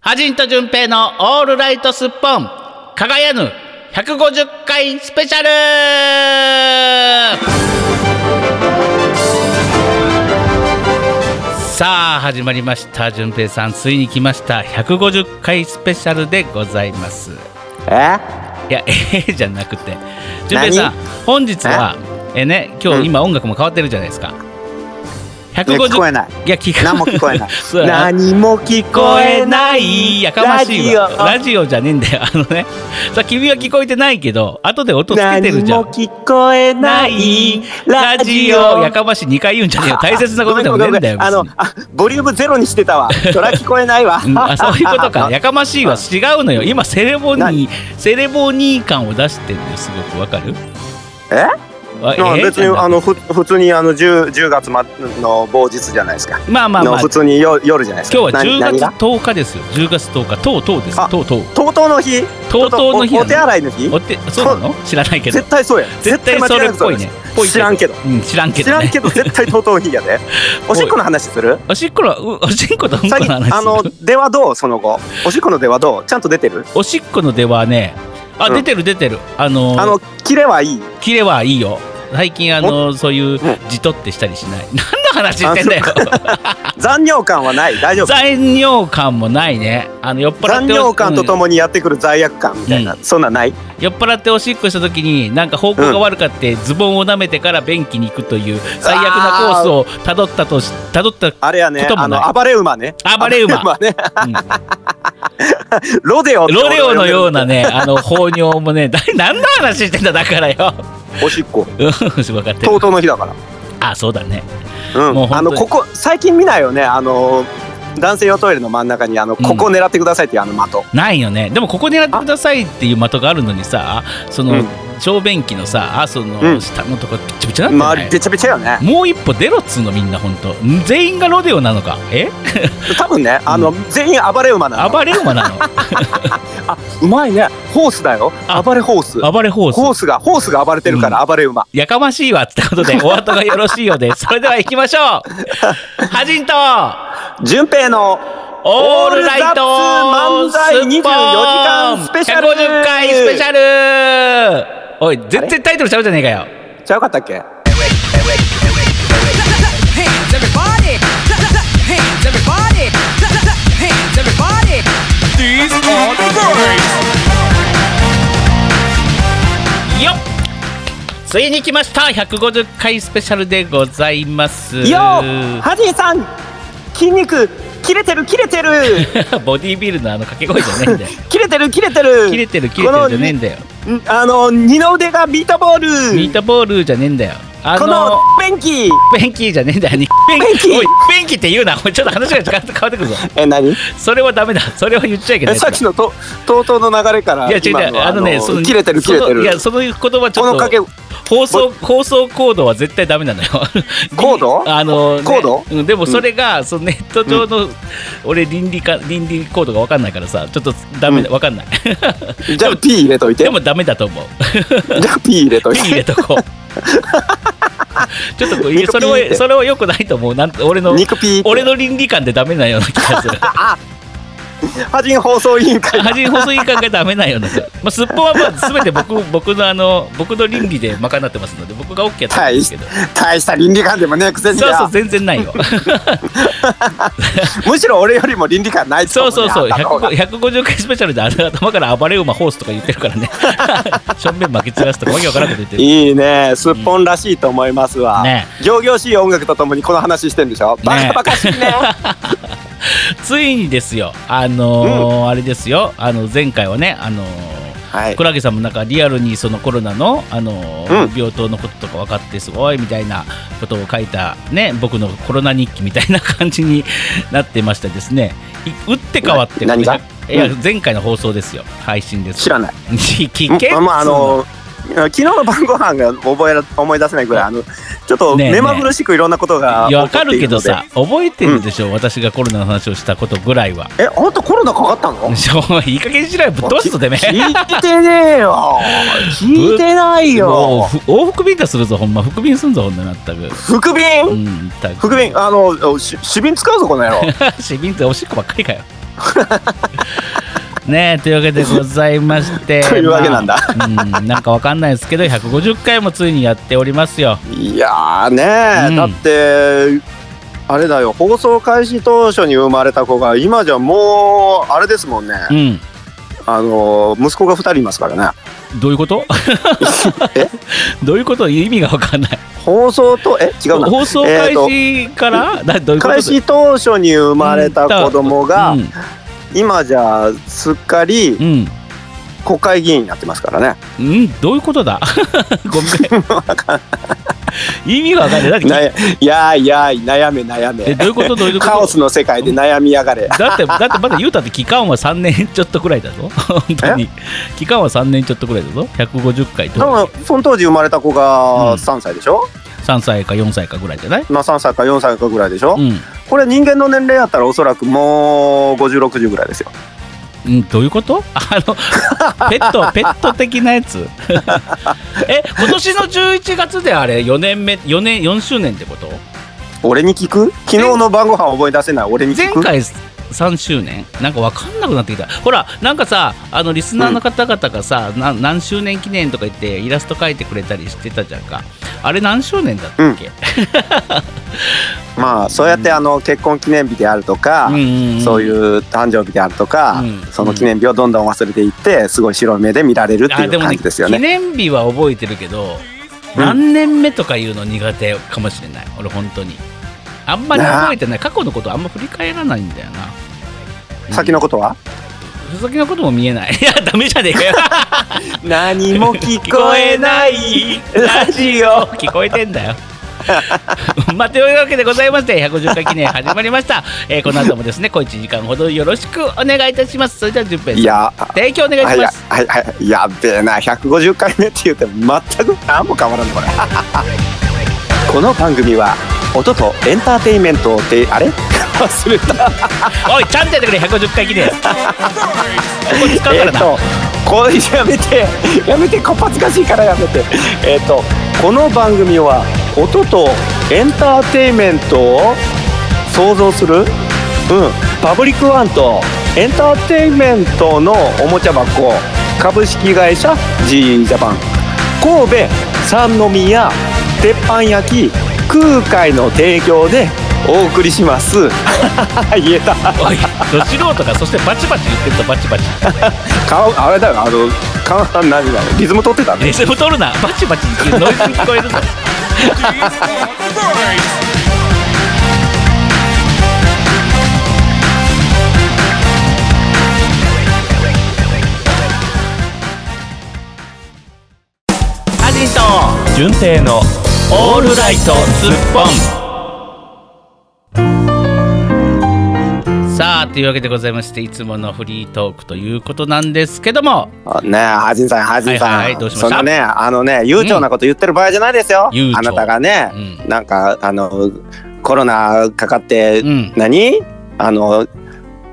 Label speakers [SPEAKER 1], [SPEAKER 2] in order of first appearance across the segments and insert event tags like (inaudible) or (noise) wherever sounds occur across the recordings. [SPEAKER 1] アジンと淳平のオールライトスッポン輝ぬ150回スペシャルさあ始まりました淳平さんついに来ました150回スペシャルでございます
[SPEAKER 2] え
[SPEAKER 1] いや、ええじゃなくて、純平さん、本日は、えね、今日、
[SPEAKER 2] うん
[SPEAKER 1] 今音楽も変わってるじゃないですか。150
[SPEAKER 2] いや聞こえない
[SPEAKER 1] いや、聞こえ
[SPEAKER 2] 何も聞こえな
[SPEAKER 1] (laughs)
[SPEAKER 2] い
[SPEAKER 1] そうやな
[SPEAKER 2] 何も聞
[SPEAKER 1] 聞こ
[SPEAKER 2] こ
[SPEAKER 1] え
[SPEAKER 2] え
[SPEAKER 1] な
[SPEAKER 2] ない
[SPEAKER 1] いやかましいわラジ
[SPEAKER 2] ラジ
[SPEAKER 1] オじゃねえんだよあのねさ君は聞こえてないけど後で音
[SPEAKER 2] オ
[SPEAKER 1] つけてる
[SPEAKER 2] 何
[SPEAKER 1] じゃん
[SPEAKER 2] も聞こえないラジオ
[SPEAKER 1] やかましい2回言うんじゃねえよ大切なことでもねえんだよ
[SPEAKER 2] あの
[SPEAKER 1] 別に
[SPEAKER 2] あボリュームゼロにして
[SPEAKER 1] (laughs)
[SPEAKER 2] たわそれは聞こえないわ
[SPEAKER 1] うんあそういうことかやかましいは
[SPEAKER 2] う
[SPEAKER 1] 違うのよ今セレモニーセレモニー感を出してるのよすごくわかる
[SPEAKER 2] (laughs) え
[SPEAKER 1] あ
[SPEAKER 2] まあ
[SPEAKER 1] ええ
[SPEAKER 2] 別にあのふ普通にあの 10, 10月まの某日じゃないですか、
[SPEAKER 1] まあまあま
[SPEAKER 2] の
[SPEAKER 1] あ
[SPEAKER 2] 普通に夜夜じゃないですか
[SPEAKER 1] 今日は
[SPEAKER 2] な
[SPEAKER 1] 10
[SPEAKER 2] 何
[SPEAKER 1] 月
[SPEAKER 2] が
[SPEAKER 1] 10日ですよ。10月10日、とうとうです。
[SPEAKER 2] あ
[SPEAKER 1] とうとう。
[SPEAKER 2] とうとうの日
[SPEAKER 1] とうとうの日な
[SPEAKER 2] おお手
[SPEAKER 1] の。
[SPEAKER 2] 洗いの日
[SPEAKER 1] お手そうなの？知らないけど。
[SPEAKER 2] 絶対そうや
[SPEAKER 1] 絶対
[SPEAKER 2] 間
[SPEAKER 1] そ
[SPEAKER 2] 違
[SPEAKER 1] れ
[SPEAKER 2] な
[SPEAKER 1] っ
[SPEAKER 2] く
[SPEAKER 1] ぽ
[SPEAKER 2] そ
[SPEAKER 1] い
[SPEAKER 2] うや
[SPEAKER 1] ね。ぽい
[SPEAKER 2] 知らんけど
[SPEAKER 1] うん、知らんけ
[SPEAKER 2] 知
[SPEAKER 1] ど
[SPEAKER 2] らん
[SPEAKER 1] ね。
[SPEAKER 2] けど絶対とうとうの日や
[SPEAKER 1] (laughs)
[SPEAKER 2] でおしっこの話する
[SPEAKER 1] おしっこのうおしっこと (laughs) うんこ
[SPEAKER 2] 最
[SPEAKER 1] の
[SPEAKER 2] 近
[SPEAKER 1] 話
[SPEAKER 2] あの
[SPEAKER 1] する。
[SPEAKER 2] 出はどうその後おしっこの出はどうちゃんと出てる
[SPEAKER 1] おしっこの出はね、あ
[SPEAKER 2] うん
[SPEAKER 1] 出てる出てる。あの
[SPEAKER 2] あのキレはいい
[SPEAKER 1] キレはいいよ。最近あのそういうじとってしたりしない。何の話してんだよ。
[SPEAKER 2] 残尿感はない大丈夫
[SPEAKER 1] (laughs) 残尿感もないね。あの酔っ払っ
[SPEAKER 2] 残
[SPEAKER 1] て
[SPEAKER 2] 尿感とと
[SPEAKER 1] うん
[SPEAKER 2] もにやってくる罪悪感みたいな、
[SPEAKER 1] う
[SPEAKER 2] そんなんない
[SPEAKER 1] 酔っ払っておしっこした時になんか方向が悪かってズボンを舐めてから便器に行くという最悪なコースをたどったとし辿った
[SPEAKER 2] あれやね
[SPEAKER 1] ことも
[SPEAKER 2] あ
[SPEAKER 1] ない
[SPEAKER 2] の暴れ馬ね
[SPEAKER 1] 暴れ
[SPEAKER 2] (laughs)
[SPEAKER 1] 馬
[SPEAKER 2] ね
[SPEAKER 1] うん
[SPEAKER 2] ロデオって
[SPEAKER 1] (laughs) ロレオのような
[SPEAKER 2] (laughs)
[SPEAKER 1] ね、あの放尿もね、だ何の話してんだだからよ。
[SPEAKER 2] おしっこ
[SPEAKER 1] うん、分かってる
[SPEAKER 2] と。うとうの日だから
[SPEAKER 1] あ、そうだね。
[SPEAKER 2] うん
[SPEAKER 1] もう本当に
[SPEAKER 2] あのここ最近見ないよねあの男性用トイレの真ん中にあのここ狙ってくださいっていうあの的、
[SPEAKER 1] ないよね。でもここ狙ってくださいっていう的があるのにさ、その、
[SPEAKER 2] うん
[SPEAKER 1] 小便器のさ、あその、
[SPEAKER 2] うん
[SPEAKER 1] 下のとこピチピチなってな
[SPEAKER 2] 周り
[SPEAKER 1] い
[SPEAKER 2] べちゃべちゃよね
[SPEAKER 1] もう一歩出ろっつうのみんなほんとん全員がロデオなのかえ
[SPEAKER 2] 多分ねあの、全員暴れ馬なの
[SPEAKER 1] 暴れ馬な
[SPEAKER 2] (laughs)
[SPEAKER 1] の
[SPEAKER 2] あうまいねホースだよ
[SPEAKER 1] あ
[SPEAKER 2] 暴れホース
[SPEAKER 1] 暴れホース
[SPEAKER 2] ホースがホースが暴れてるから暴れ馬、
[SPEAKER 1] やかましいわってことでお後がよろしいよう
[SPEAKER 2] (laughs)
[SPEAKER 1] でそれでは行きましょうはじんと
[SPEAKER 2] 順平の
[SPEAKER 1] オールライト
[SPEAKER 2] 漫才24時間スペシャル
[SPEAKER 1] 150回スペシャルおい全然タイトルちゃうじゃねえかよ
[SPEAKER 2] ちゃうかったっけ
[SPEAKER 3] hands, everybody. Clap, clap, clap, hands, everybody. Clap, clap, clap, hands, everybody.
[SPEAKER 1] よっついに来ました150回スペシャルでございます
[SPEAKER 2] よーハジンさん筋肉切れてる切れてる
[SPEAKER 1] (laughs) (laughs) ボディービルのあの掛け声じゃねえんだ
[SPEAKER 2] (laughs)
[SPEAKER 1] よ
[SPEAKER 2] 切れてる切れてる
[SPEAKER 1] 切れてる切れてるじゃねえんだよ
[SPEAKER 2] このんあの二の腕がビートボール
[SPEAKER 1] ミートボールじゃねえんだよあ
[SPEAKER 2] こ
[SPEAKER 1] の
[SPEAKER 2] の便器
[SPEAKER 1] ペンキーじゃねえんだよペン
[SPEAKER 2] ペンキー
[SPEAKER 1] おいペンキーって言うなおいちょっと話が変わって変わってくるぞ
[SPEAKER 2] え何
[SPEAKER 1] それはダメだそれは言っちゃいけな
[SPEAKER 2] え
[SPEAKER 1] い
[SPEAKER 2] さっきのととうとうの流れから
[SPEAKER 1] いや違う
[SPEAKER 2] 今
[SPEAKER 1] 違うあのねその
[SPEAKER 2] 切れてる
[SPEAKER 1] そ
[SPEAKER 2] 切
[SPEAKER 1] の
[SPEAKER 2] れてる
[SPEAKER 1] いやその言葉ち
[SPEAKER 2] こ
[SPEAKER 1] ょ
[SPEAKER 2] の
[SPEAKER 1] っ
[SPEAKER 2] かけ
[SPEAKER 1] と放送放送コードは絶対ダメなのよ
[SPEAKER 2] コード
[SPEAKER 1] あのね
[SPEAKER 2] コード
[SPEAKER 1] うんでもそれがそのネット上の俺倫理か倫理コードが分かんないからさちょっとダメだ
[SPEAKER 2] う
[SPEAKER 1] 分かんない
[SPEAKER 2] じゃあ P 入れといて
[SPEAKER 1] でもダメだと (laughs) 思う
[SPEAKER 2] (laughs) じゃあ P 入れとい
[SPEAKER 1] ピー入れ
[SPEAKER 2] て
[SPEAKER 1] とこうちょっとこういやそれ
[SPEAKER 2] ピーっ
[SPEAKER 1] は
[SPEAKER 2] て
[SPEAKER 1] それはよくないと思うなんて俺の
[SPEAKER 2] 肉 P
[SPEAKER 1] 俺の倫理観でダメなような気がす (laughs) る
[SPEAKER 2] ハジン放送委員会
[SPEAKER 1] 端に細い感がダメなんよね。まあ、すっぽんはまあ全て僕僕のあの僕の倫理で賄ってますので僕が OK やった (laughs) らいいんですけど。
[SPEAKER 2] 大した倫理観でもねえくせに
[SPEAKER 1] そう
[SPEAKER 2] よ
[SPEAKER 1] そう全然ないよ。
[SPEAKER 2] むしろ俺よりも倫理観ないっつっ
[SPEAKER 1] そう
[SPEAKER 2] たも
[SPEAKER 1] そ
[SPEAKER 2] ん
[SPEAKER 1] う
[SPEAKER 2] ね
[SPEAKER 1] そう
[SPEAKER 2] あんたの方が
[SPEAKER 1] 150回スペシャルであの頭から暴れ馬ホースとか言ってるからね。 (laughs) 正面負けつらすとかわけわからんこと言ってる。
[SPEAKER 2] いいねすっぽんらしいと思いますわ、
[SPEAKER 1] ね
[SPEAKER 2] 行々しい音楽とともにこの話してんでしょバカバカしいね
[SPEAKER 1] (laughs) ついにですよあのーあれですよあの前回はねあのー
[SPEAKER 2] はい
[SPEAKER 1] クラゲさんもなんかリアルにそのコロナの、あのー
[SPEAKER 2] う
[SPEAKER 1] 病棟のこととか分かってすごいみたいなことを書いた、ね、僕のコロナ日記みたいな感じになってましてですねい打って変わって
[SPEAKER 2] な何が
[SPEAKER 1] いや
[SPEAKER 2] う
[SPEAKER 1] 前回の放送ですよ配信です
[SPEAKER 2] 知らない
[SPEAKER 1] 聞け
[SPEAKER 2] まああの昨日の晩ご飯が覚えら思い出せないぐらいあのちょっと
[SPEAKER 1] ねえねえ
[SPEAKER 2] 目まぐるしくいろんなことが
[SPEAKER 1] い
[SPEAKER 2] 起
[SPEAKER 1] やわ
[SPEAKER 2] こってい
[SPEAKER 1] か
[SPEAKER 2] るので
[SPEAKER 1] るけどさ覚えてるでしょ、私がコロナの話をしたことぐらいは
[SPEAKER 2] えあんたコロナかかったの
[SPEAKER 1] いい加減にしろよぶっ飛ばすぞてめえ
[SPEAKER 2] 聞いてねえよ聞いてない
[SPEAKER 1] も
[SPEAKER 2] よ
[SPEAKER 1] うふ往復便化するぞほんま復便すんぞほんなまった
[SPEAKER 2] (laughs)
[SPEAKER 1] く
[SPEAKER 2] 副
[SPEAKER 1] う
[SPEAKER 2] 便
[SPEAKER 1] ん全く (laughs)
[SPEAKER 2] 副便あのし紙便使うぞこの野郎
[SPEAKER 1] 市民っておしっこばっかりかよ (laughs) ねえというわけでございまして
[SPEAKER 2] (laughs) というわけなんだ
[SPEAKER 1] まあうんなんかわかんないですけど150回もついにやっておりますよ
[SPEAKER 2] いやーね、
[SPEAKER 1] うん
[SPEAKER 2] だってあれだよ放送開始当初に生まれた子が今じゃもうあれですもんね、
[SPEAKER 1] うん
[SPEAKER 2] あの息子が2人いますからね
[SPEAKER 1] どういうこと
[SPEAKER 2] え
[SPEAKER 1] (laughs) どういうこと意味がわかんない
[SPEAKER 2] 放送とえ違うな
[SPEAKER 1] 放送開始から、だどういうこと
[SPEAKER 2] 開始当初に生まれた子供が、
[SPEAKER 1] うん
[SPEAKER 2] 今じゃすっかり
[SPEAKER 1] うん、
[SPEAKER 2] 国会議員になってますからね
[SPEAKER 1] うん、どういうことだ (laughs) ごめん意味がわかんないだって
[SPEAKER 2] なやいやいやい悩め悩
[SPEAKER 1] え
[SPEAKER 2] め
[SPEAKER 1] どういうことどういうこと
[SPEAKER 2] カオスの世界で悩みやがれ
[SPEAKER 1] だってだってまだ言うたって期間は3年ちょっとくらいだぞ本当に期間は3年ちょっとくらいだぞ150回と
[SPEAKER 2] 多分その当時生まれた子
[SPEAKER 1] うん
[SPEAKER 2] が3歳でしょ、
[SPEAKER 1] 3歳か4歳かぐらいじゃない
[SPEAKER 2] まあ3歳か4歳かぐらいでしょ、
[SPEAKER 1] うん、
[SPEAKER 2] これ人間の年齢やったらおそらくもう5060ぐらいですよ
[SPEAKER 1] うん、どういうことあのペッ
[SPEAKER 2] (laughs)
[SPEAKER 1] トペット的なやつえ今年の11月であれ4年目4年4周年ってこと
[SPEAKER 2] 俺に聞く昨日の晩ご飯覚え出せない俺に聞
[SPEAKER 1] 前
[SPEAKER 2] く
[SPEAKER 1] 回3周年なんかわかんなくなってきたほらなんかさあのリスナーの方々がさ、な何周年記念とか言ってイラスト描いてくれたりしてたじゃんかあれ何周年だったっけ、
[SPEAKER 2] まあそうやってあの結婚記念日であるとか、そういうう誕生日であるとか、
[SPEAKER 1] うん
[SPEAKER 2] その記念日をどんどん忘れていってすごい白い目で見られるって
[SPEAKER 1] あ
[SPEAKER 2] いう感じですよね
[SPEAKER 1] 記念日は覚えてるけど、
[SPEAKER 2] うん
[SPEAKER 1] 何年目とかいうの苦手かもしれない俺本当にあんまり覚えてない過去のことあんま振り返らないんだよな
[SPEAKER 2] 先のことは
[SPEAKER 1] 先のことも見えない (laughs) いやダメじゃねえかよ
[SPEAKER 2] 何も聞
[SPEAKER 1] こえない
[SPEAKER 2] ラジオ
[SPEAKER 1] 聞こえてんだよ。 (laughs) まあ、というわけでございまして150回記念始まりました、えーこの後もですね小1時間ほどよろしくお願いいたしますそれでは10分
[SPEAKER 2] いや
[SPEAKER 1] 提供お願い
[SPEAKER 2] は
[SPEAKER 1] し
[SPEAKER 2] い
[SPEAKER 1] ま
[SPEAKER 2] や
[SPEAKER 1] す
[SPEAKER 2] はいはいやっべえな150回目って言っても全く何も変わらんこれ (laughs) この番組は音とエンターテインメントであれ忘れた
[SPEAKER 1] (laughs) おいちゃんとやってくれ150回記
[SPEAKER 2] (laughs)
[SPEAKER 1] 念ここ使うか
[SPEAKER 2] え
[SPEAKER 1] ら
[SPEAKER 2] っ
[SPEAKER 1] な、
[SPEAKER 2] とこれやめてやめてこっぱずかしいからやめてえっとこの番組は音とエンターテインメントを創造するうんパブリックワンとエンターテインメントのおもちゃ箱株式会社 G ジャパン神戸三宮鉄板焼き空海の提供でお送りします (laughs) 言えた
[SPEAKER 1] おいど素人がそしてバチバチ言ってるとバチバチ
[SPEAKER 2] 顔あれだよあの顔何だろうリズム取ってたね
[SPEAKER 1] リズム取るなバチバチっていうノイズに聞こえるぞアジンと純正のオールライトスッポンさあというわけでございましていつものフリートークということなんですけども
[SPEAKER 2] あねえ、ハジンさん、ハジンさん、
[SPEAKER 1] はいはいはいどうしました
[SPEAKER 2] そのね、あのね、悠長なこと言ってる場合じゃないですよ。
[SPEAKER 1] 悠長
[SPEAKER 2] あなたがね、
[SPEAKER 1] う
[SPEAKER 2] なんか、あの、コロナかかって、
[SPEAKER 1] うん
[SPEAKER 2] 何、あの。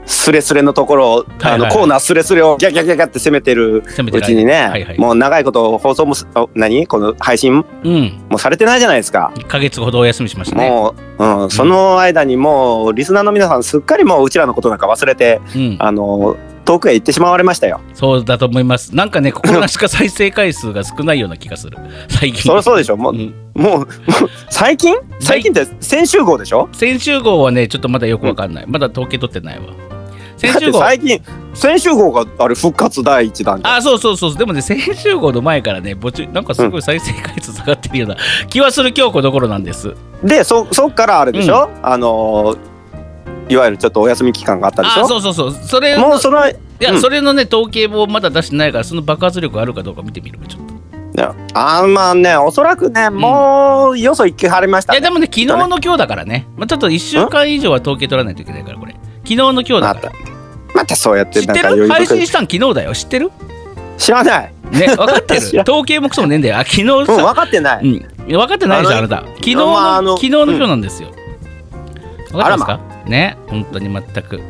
[SPEAKER 2] スレスレのところを、
[SPEAKER 1] はいはい
[SPEAKER 2] あのコーナースレスレをギャギャギャギャって攻めてる
[SPEAKER 1] せめて
[SPEAKER 2] う
[SPEAKER 1] な
[SPEAKER 2] ち
[SPEAKER 1] い
[SPEAKER 2] にね、
[SPEAKER 1] はいはい
[SPEAKER 2] もう長いこと放送もすあ何この配信
[SPEAKER 1] うん
[SPEAKER 2] もされてないじゃないですか。
[SPEAKER 1] 1か月ほどお休みしましたね
[SPEAKER 2] もう、うん、その間にもうリスナーの皆さんすっかりもううちらのことなんか忘れて
[SPEAKER 1] うん
[SPEAKER 2] あの遠くへ行ってしまわれ
[SPEAKER 1] (laughs)
[SPEAKER 2] ましたよ。
[SPEAKER 1] そうだと思います。なんかね、ここなしか再生回数が少ないような気がする。 (laughs) 最近。
[SPEAKER 2] そりゃそうでしょもう
[SPEAKER 1] うん
[SPEAKER 2] もうもう最近最近って先週号でしょ
[SPEAKER 1] 先週号はね、ちょっとまだよくわかんない。まだ統計取ってないわ。先
[SPEAKER 2] だっ
[SPEAKER 1] 週
[SPEAKER 2] て
[SPEAKER 1] 号。
[SPEAKER 2] 最近先週号があれ復活第一弾じゃん
[SPEAKER 1] あ、そうそうそう。でもね、先週号の前からね、ぼちなんかすごい再生回数下がってるような気はする今日この頃なんです。
[SPEAKER 2] でそそっからあれでしょ、あのーいわゆるちょっとお休み期間があったでし
[SPEAKER 1] あ、
[SPEAKER 2] ょ
[SPEAKER 1] そうそうそう。それの、
[SPEAKER 2] もうその
[SPEAKER 1] いや、
[SPEAKER 2] うん
[SPEAKER 1] それのね、統計もまだ出してないから、その爆発力あるかどうか見てみるちょっと。
[SPEAKER 2] あーまあねおそらくねもうよそ行きはりました、
[SPEAKER 1] い
[SPEAKER 2] ね
[SPEAKER 1] や、でもね、昨日の今日だからね。まあ、ちょっと1週間以上は統計取らないといけないから、これ。昨日の今日だ
[SPEAKER 2] ま
[SPEAKER 1] か
[SPEAKER 2] た
[SPEAKER 1] ら。
[SPEAKER 2] またそうやっ
[SPEAKER 1] 知
[SPEAKER 2] て
[SPEAKER 1] っ
[SPEAKER 2] なん
[SPEAKER 1] て
[SPEAKER 2] か
[SPEAKER 1] る配
[SPEAKER 2] 余裕
[SPEAKER 1] 信
[SPEAKER 2] く
[SPEAKER 1] したん昨日だよ。知ってる
[SPEAKER 2] 知らない
[SPEAKER 1] ね、分かってる
[SPEAKER 2] 知らん
[SPEAKER 1] 統計もクソもねえんだよあ昨日
[SPEAKER 2] うん
[SPEAKER 1] さ、
[SPEAKER 2] 分かってない、
[SPEAKER 1] うん分かってないでしょあ
[SPEAKER 2] あの
[SPEAKER 1] なた昨日の、
[SPEAKER 2] まああの
[SPEAKER 1] 昨日の今日なんですよ、分かってます
[SPEAKER 2] あ
[SPEAKER 1] かね本当に全く
[SPEAKER 2] ね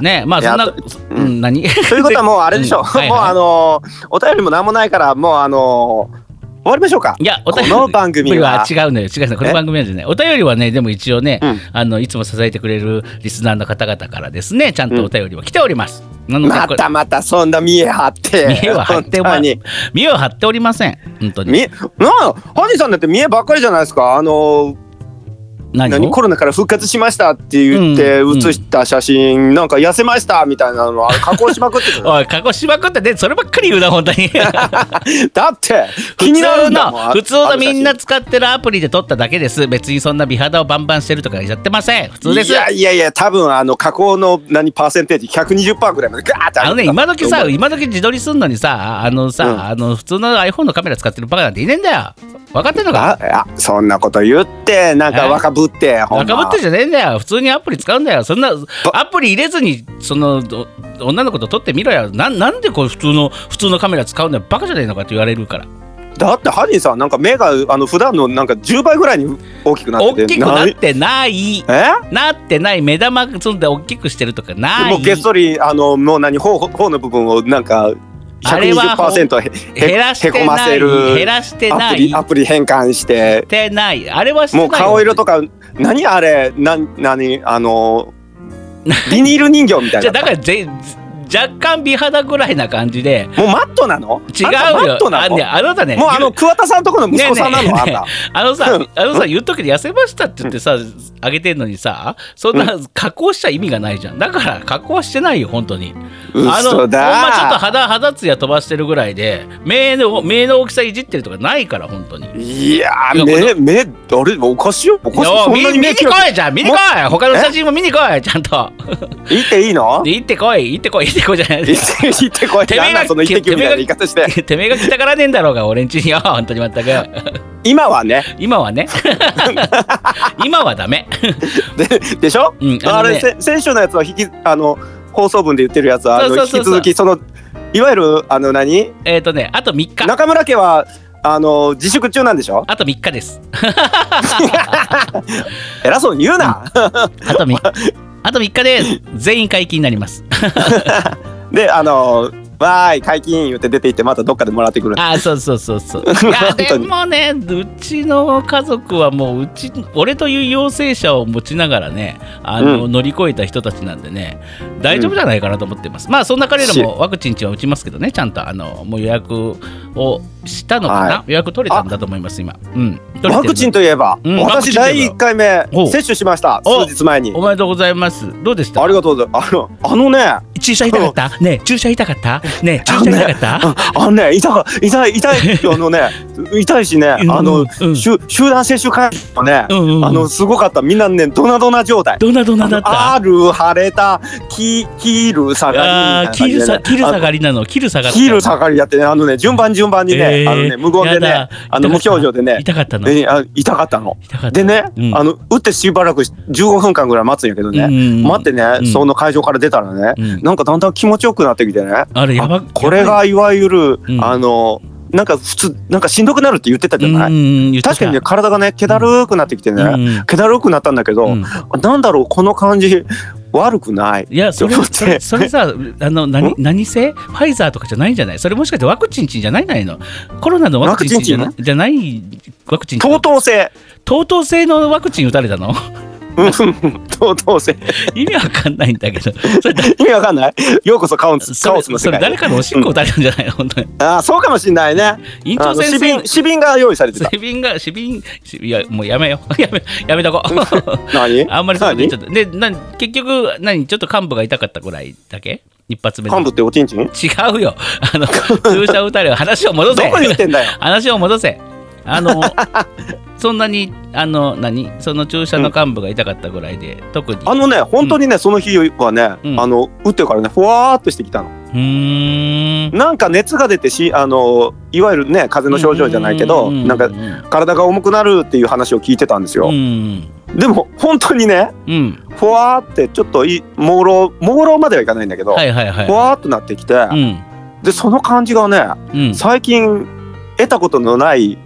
[SPEAKER 2] え
[SPEAKER 1] ねまあ
[SPEAKER 2] いや
[SPEAKER 1] そんな
[SPEAKER 2] と
[SPEAKER 1] うんうん何
[SPEAKER 2] ということはもうあれでしょ、
[SPEAKER 1] うんはいはい
[SPEAKER 2] もうあのーお便りも何もないからもうあのー終わりましょうか
[SPEAKER 1] いや、お便り
[SPEAKER 2] この番組は
[SPEAKER 1] 違うのよ。違うの。この番組はじゃない。お便りはね、でも一応ね、
[SPEAKER 2] うん
[SPEAKER 1] あのいつも支えてくれるリスナーの方々からですね、ちゃんとお便りは来ております。なので
[SPEAKER 2] ま
[SPEAKER 1] これ
[SPEAKER 2] たまたそんな見え張って
[SPEAKER 1] 見栄は張ってお
[SPEAKER 2] 本当
[SPEAKER 1] ま
[SPEAKER 2] に
[SPEAKER 1] 見栄は張っておりません。本当に。
[SPEAKER 2] 見なあハニーさんだって見えばっかりじゃないですかあの
[SPEAKER 1] 何
[SPEAKER 2] 何
[SPEAKER 1] を
[SPEAKER 2] コロナから復活しましたって言って
[SPEAKER 1] うんうん
[SPEAKER 2] 写した写真、なんか痩せましたみたいなのあれ加工しまくってる
[SPEAKER 1] おい、加工しまくってね、そればっかり言うな、本当に。
[SPEAKER 2] (laughs) だって気になるんだもん
[SPEAKER 1] 普通の普通のみんな
[SPEAKER 2] あの
[SPEAKER 1] 使ってるアプリで撮っただけです。別にそんな美肌をバンバンしてるとかやってません。普
[SPEAKER 2] 写真
[SPEAKER 1] 通です。
[SPEAKER 2] いやいやいや多分あの加工の何パーセンテージ120%ぐらいまでガーって
[SPEAKER 1] あのね、
[SPEAKER 2] 上
[SPEAKER 1] 今
[SPEAKER 2] がった
[SPEAKER 1] 時さ、今時自撮りすんのにさ、あのさ、
[SPEAKER 2] うん
[SPEAKER 1] あの普通の iPhone のカメラ使ってるバカなんていねえんだよ。分かってんのか
[SPEAKER 2] ああそんなこと言ってなんか
[SPEAKER 1] え
[SPEAKER 2] 若ぶってほん
[SPEAKER 1] 若
[SPEAKER 2] ま
[SPEAKER 1] ぶってんじゃねえんだよ。普通にアプリ使うんだよ。そんなアプリ入れずに、そのど女の子と撮ってみろよ。なんなんでこう普通の普通のカメラ使うんだよ。バカじゃねえのかって言われるから。
[SPEAKER 2] だってハニーさんなんか目があの普段のなんか10倍ぐらいに大きくなってて
[SPEAKER 1] 大きくなってない。
[SPEAKER 2] え
[SPEAKER 1] なってない目玉そんで大きくしてるとかない
[SPEAKER 2] もうげっそりあのもう何頬頬の部分をなんか
[SPEAKER 1] あれはほ
[SPEAKER 2] 120%へへ
[SPEAKER 1] 減らして
[SPEAKER 2] へこま
[SPEAKER 1] な
[SPEAKER 2] せ
[SPEAKER 1] い
[SPEAKER 2] る
[SPEAKER 1] 減らして
[SPEAKER 2] ア
[SPEAKER 1] な
[SPEAKER 2] プ
[SPEAKER 1] い
[SPEAKER 2] リアプリ変換して
[SPEAKER 1] してないあれはしてな
[SPEAKER 2] も
[SPEAKER 1] いう
[SPEAKER 2] 顔色とか何あれなん何
[SPEAKER 1] (laughs)
[SPEAKER 2] あのビニール人形みたい
[SPEAKER 1] じゃ
[SPEAKER 2] な
[SPEAKER 1] あだからぜ若干美肌ぐらいな感じで
[SPEAKER 2] もうマットなの
[SPEAKER 1] 違う
[SPEAKER 2] あんたマッ
[SPEAKER 1] よ
[SPEAKER 2] トな
[SPEAKER 1] あ
[SPEAKER 2] の
[SPEAKER 1] ねあなたね
[SPEAKER 2] もうあの
[SPEAKER 1] ゆ
[SPEAKER 2] 桑田さんとこの息子さんなの、
[SPEAKER 1] ねえねえ
[SPEAKER 2] あんた
[SPEAKER 1] あのさ
[SPEAKER 2] うん
[SPEAKER 1] あのさ言っとくけど痩せましたって言ってさあげてんのにさそんな加工しちゃ意味がないじゃんだから加工はしてないよ本当にあのほ
[SPEAKER 2] 嘘
[SPEAKER 1] んまちょっと
[SPEAKER 2] だ
[SPEAKER 1] 肌肌ツヤ飛ばしてるぐらいで目の目の大きさいじってるとかないから本当に
[SPEAKER 2] いや
[SPEAKER 1] いや
[SPEAKER 2] ー目目あれおかしいよおかしい
[SPEAKER 1] いや
[SPEAKER 2] そん
[SPEAKER 1] 見
[SPEAKER 2] なに
[SPEAKER 1] 見
[SPEAKER 2] 目
[SPEAKER 1] に来
[SPEAKER 2] キラキ
[SPEAKER 1] いじゃん見に来い他の写真も見に来いちゃんと
[SPEAKER 2] ラ言っていいの
[SPEAKER 1] (laughs) で行ってこい行ってこい行ってこいじゃない
[SPEAKER 2] 言って言ってこい
[SPEAKER 1] てめえが
[SPEAKER 2] なんだその言ってきみたいな言い方して
[SPEAKER 1] てめえが来たからねえんだろうが俺んちによ (laughs) 本当に全く
[SPEAKER 2] 今はね (laughs)
[SPEAKER 1] 今はね今はダメ
[SPEAKER 2] ででしょ、
[SPEAKER 1] うん
[SPEAKER 2] あ
[SPEAKER 1] あのね
[SPEAKER 2] れせ先週のやつは引きあの放送分で言ってるやつはあの
[SPEAKER 1] そうそうそ
[SPEAKER 2] 引き
[SPEAKER 1] う
[SPEAKER 2] 続きそのいわゆるあの何
[SPEAKER 1] えっとねあと3日
[SPEAKER 2] 中村家はあの自粛中なんでしょ
[SPEAKER 1] あと3日です
[SPEAKER 2] 偉そうに言うな、
[SPEAKER 1] あと3日あと3日で全員解禁になります
[SPEAKER 2] (laughs) であのわーい解禁言って出て行ってまたどっかでもらってくる
[SPEAKER 1] あーそうそうそう
[SPEAKER 2] (laughs)
[SPEAKER 1] そういや
[SPEAKER 2] 本当
[SPEAKER 1] で
[SPEAKER 2] に
[SPEAKER 1] もねうちの家族はもううち俺という陽性者を持ちながらねあの、
[SPEAKER 2] う
[SPEAKER 1] 乗り越えた人たちなんでね大丈夫じゃないかなと思ってます、まあそんな彼らもワクチンは打ちますけどねちゃんとあのもう予約をしたのかな、予約取れたんだと思います今うん取れてる
[SPEAKER 2] ワクチンといえば、
[SPEAKER 1] うんワクチ
[SPEAKER 2] 私
[SPEAKER 1] ンといえば
[SPEAKER 2] 第1回目
[SPEAKER 1] おう
[SPEAKER 2] 接種しました
[SPEAKER 1] お
[SPEAKER 2] 数日前に
[SPEAKER 1] おめでとうございますどうでした
[SPEAKER 2] ありがとうございますあのあのね
[SPEAKER 1] 注射痛かったねえ注射痛かったねえ
[SPEAKER 2] (laughs)
[SPEAKER 1] 注射痛かった
[SPEAKER 2] ああのね痛か痛い痛いあ
[SPEAKER 1] (laughs)
[SPEAKER 2] のね痛いしねあの、
[SPEAKER 1] うんうん
[SPEAKER 2] しゅ集団接種会もね、
[SPEAKER 1] うんうんうん
[SPEAKER 2] あのすごかったみんなねドナドナ状態
[SPEAKER 1] どんなどんなだった
[SPEAKER 2] ある晴れたきキール下が
[SPEAKER 1] あ
[SPEAKER 2] り
[SPEAKER 1] ー
[SPEAKER 2] み
[SPEAKER 1] 切
[SPEAKER 2] たい
[SPEAKER 1] る
[SPEAKER 2] な
[SPEAKER 1] さ
[SPEAKER 2] 感
[SPEAKER 1] 切る
[SPEAKER 2] じでね
[SPEAKER 1] 下がりなの切る下が
[SPEAKER 2] あ
[SPEAKER 1] り
[SPEAKER 2] キール下がりやってねあのね順番順番にね、
[SPEAKER 1] えー
[SPEAKER 2] あのね無言で
[SPEAKER 1] やだ
[SPEAKER 2] ねあの無表情でね
[SPEAKER 1] 痛かったの
[SPEAKER 2] であ痛かったの。
[SPEAKER 1] 痛かった
[SPEAKER 2] でね、
[SPEAKER 1] うん
[SPEAKER 2] あの打ってしばらく15分間ぐらい待つんやけどね、
[SPEAKER 1] うんうんうん
[SPEAKER 2] 待ってね、
[SPEAKER 1] うん
[SPEAKER 2] その会場から出たらね、
[SPEAKER 1] うん
[SPEAKER 2] なんかだんだん気持ちよくなってきてね
[SPEAKER 1] あれやば
[SPEAKER 2] あこれがいわゆる、
[SPEAKER 1] うん
[SPEAKER 2] あのなんか普通なんかしんどくなるって言ってたじゃない、
[SPEAKER 1] うん言ってた
[SPEAKER 2] 確かにね体がね気だるくなってきてね、
[SPEAKER 1] うん
[SPEAKER 2] 気だるくなったんだけど、
[SPEAKER 1] うん
[SPEAKER 2] なんだろうこの感じ悪くない
[SPEAKER 1] いやそれ
[SPEAKER 2] と思っ
[SPEAKER 1] それ
[SPEAKER 2] て
[SPEAKER 1] それさあの何何製ファイザーとかじゃないんじゃないそれもしかしてワクチンチンじゃないないのコロナのワクチンチンじゃな
[SPEAKER 2] ワ
[SPEAKER 1] じゃないワクチンチン
[SPEAKER 2] 等々性
[SPEAKER 1] とうとう製のワクチン打たれたの (laughs)
[SPEAKER 2] うん等々性
[SPEAKER 1] 意味わかんないんだけどそれだ
[SPEAKER 2] 意味わかんないようこそカオス
[SPEAKER 1] そ
[SPEAKER 2] カ
[SPEAKER 1] れ
[SPEAKER 2] オスの
[SPEAKER 1] そ
[SPEAKER 2] 世
[SPEAKER 1] れ
[SPEAKER 2] 界
[SPEAKER 1] 誰かのおしっこ打たれたんじゃないの (laughs) 本当に
[SPEAKER 2] あーそうかもしんないね
[SPEAKER 1] 院
[SPEAKER 2] あ
[SPEAKER 1] 長
[SPEAKER 2] の
[SPEAKER 1] 先
[SPEAKER 2] 紙
[SPEAKER 1] 生
[SPEAKER 2] 瓶紙瓶が用意されてた
[SPEAKER 1] シビンがシビンシいやもうやめよう (laughs) やめやめとこう (laughs) (laughs)
[SPEAKER 2] 何
[SPEAKER 1] あんまりそう
[SPEAKER 2] 何
[SPEAKER 1] でちょっとでなん結局何ちょっと幹部が痛かったぐらいだけ一発目で
[SPEAKER 2] 幹部っておちんちんど
[SPEAKER 1] 違うよあの注射打たれよ話を戻せ
[SPEAKER 2] こに言ってんだよ
[SPEAKER 1] 話を戻せあの (laughs) そんなにあの何その注射の幹部が痛かったぐらいで、特に
[SPEAKER 2] あのね本当にね、その日はね、
[SPEAKER 1] うん
[SPEAKER 2] あの打ってからねふわーっとしてきたの、
[SPEAKER 1] うーん
[SPEAKER 2] なんか熱が出てしあのいわゆるね風邪の症状じゃないけど、
[SPEAKER 1] う
[SPEAKER 2] なんか
[SPEAKER 1] う
[SPEAKER 2] 体が重くなるっていう話を聞いてたんですよ、
[SPEAKER 1] ん
[SPEAKER 2] でも本当にね
[SPEAKER 1] うん
[SPEAKER 2] ふわーってちょっとい朦朧朦朧まではいかないんだけど、
[SPEAKER 1] はいはいはい
[SPEAKER 2] ふわーっとなってきて、
[SPEAKER 1] うん
[SPEAKER 2] でその感じがね
[SPEAKER 1] うん
[SPEAKER 2] 最近得たことのない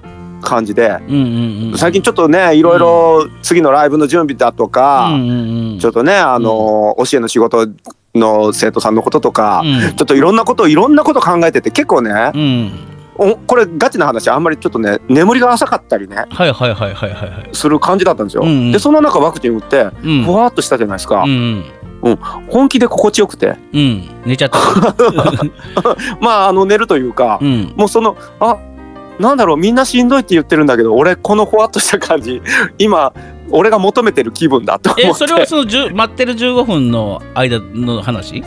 [SPEAKER 2] 感じで、
[SPEAKER 1] うんうんうん
[SPEAKER 2] 最近ちょっとねいろいろ次のライブの準備だとか、
[SPEAKER 1] うんうんうん
[SPEAKER 2] ちょっとね、あのー教えの仕事の生徒さんのこととか、
[SPEAKER 1] うん
[SPEAKER 2] ちょっといろんなことをいろんなこと考えてて結構ね
[SPEAKER 1] うん
[SPEAKER 2] おこれガチな話あんまりちょっとね眠りが浅かったりね
[SPEAKER 1] はいはいはいはいはいはい。
[SPEAKER 2] する感じだったんですよ、
[SPEAKER 1] うんうん
[SPEAKER 2] でそんな中ワクチン打って
[SPEAKER 1] うん。
[SPEAKER 2] ふわっとしたじゃないですか、
[SPEAKER 1] うん。
[SPEAKER 2] 本気で心地よ
[SPEAKER 1] (laughs)
[SPEAKER 2] くて
[SPEAKER 1] うん。寝ちゃった。
[SPEAKER 2] (laughs) まああの寝るというか、
[SPEAKER 1] うん。
[SPEAKER 2] もうそのあなんだろうみんなしんどいって言ってるんだけど俺このふわっとした感じ今俺が求めてる気分だと思
[SPEAKER 1] え、
[SPEAKER 2] って
[SPEAKER 1] それはその10待ってる15分の間の話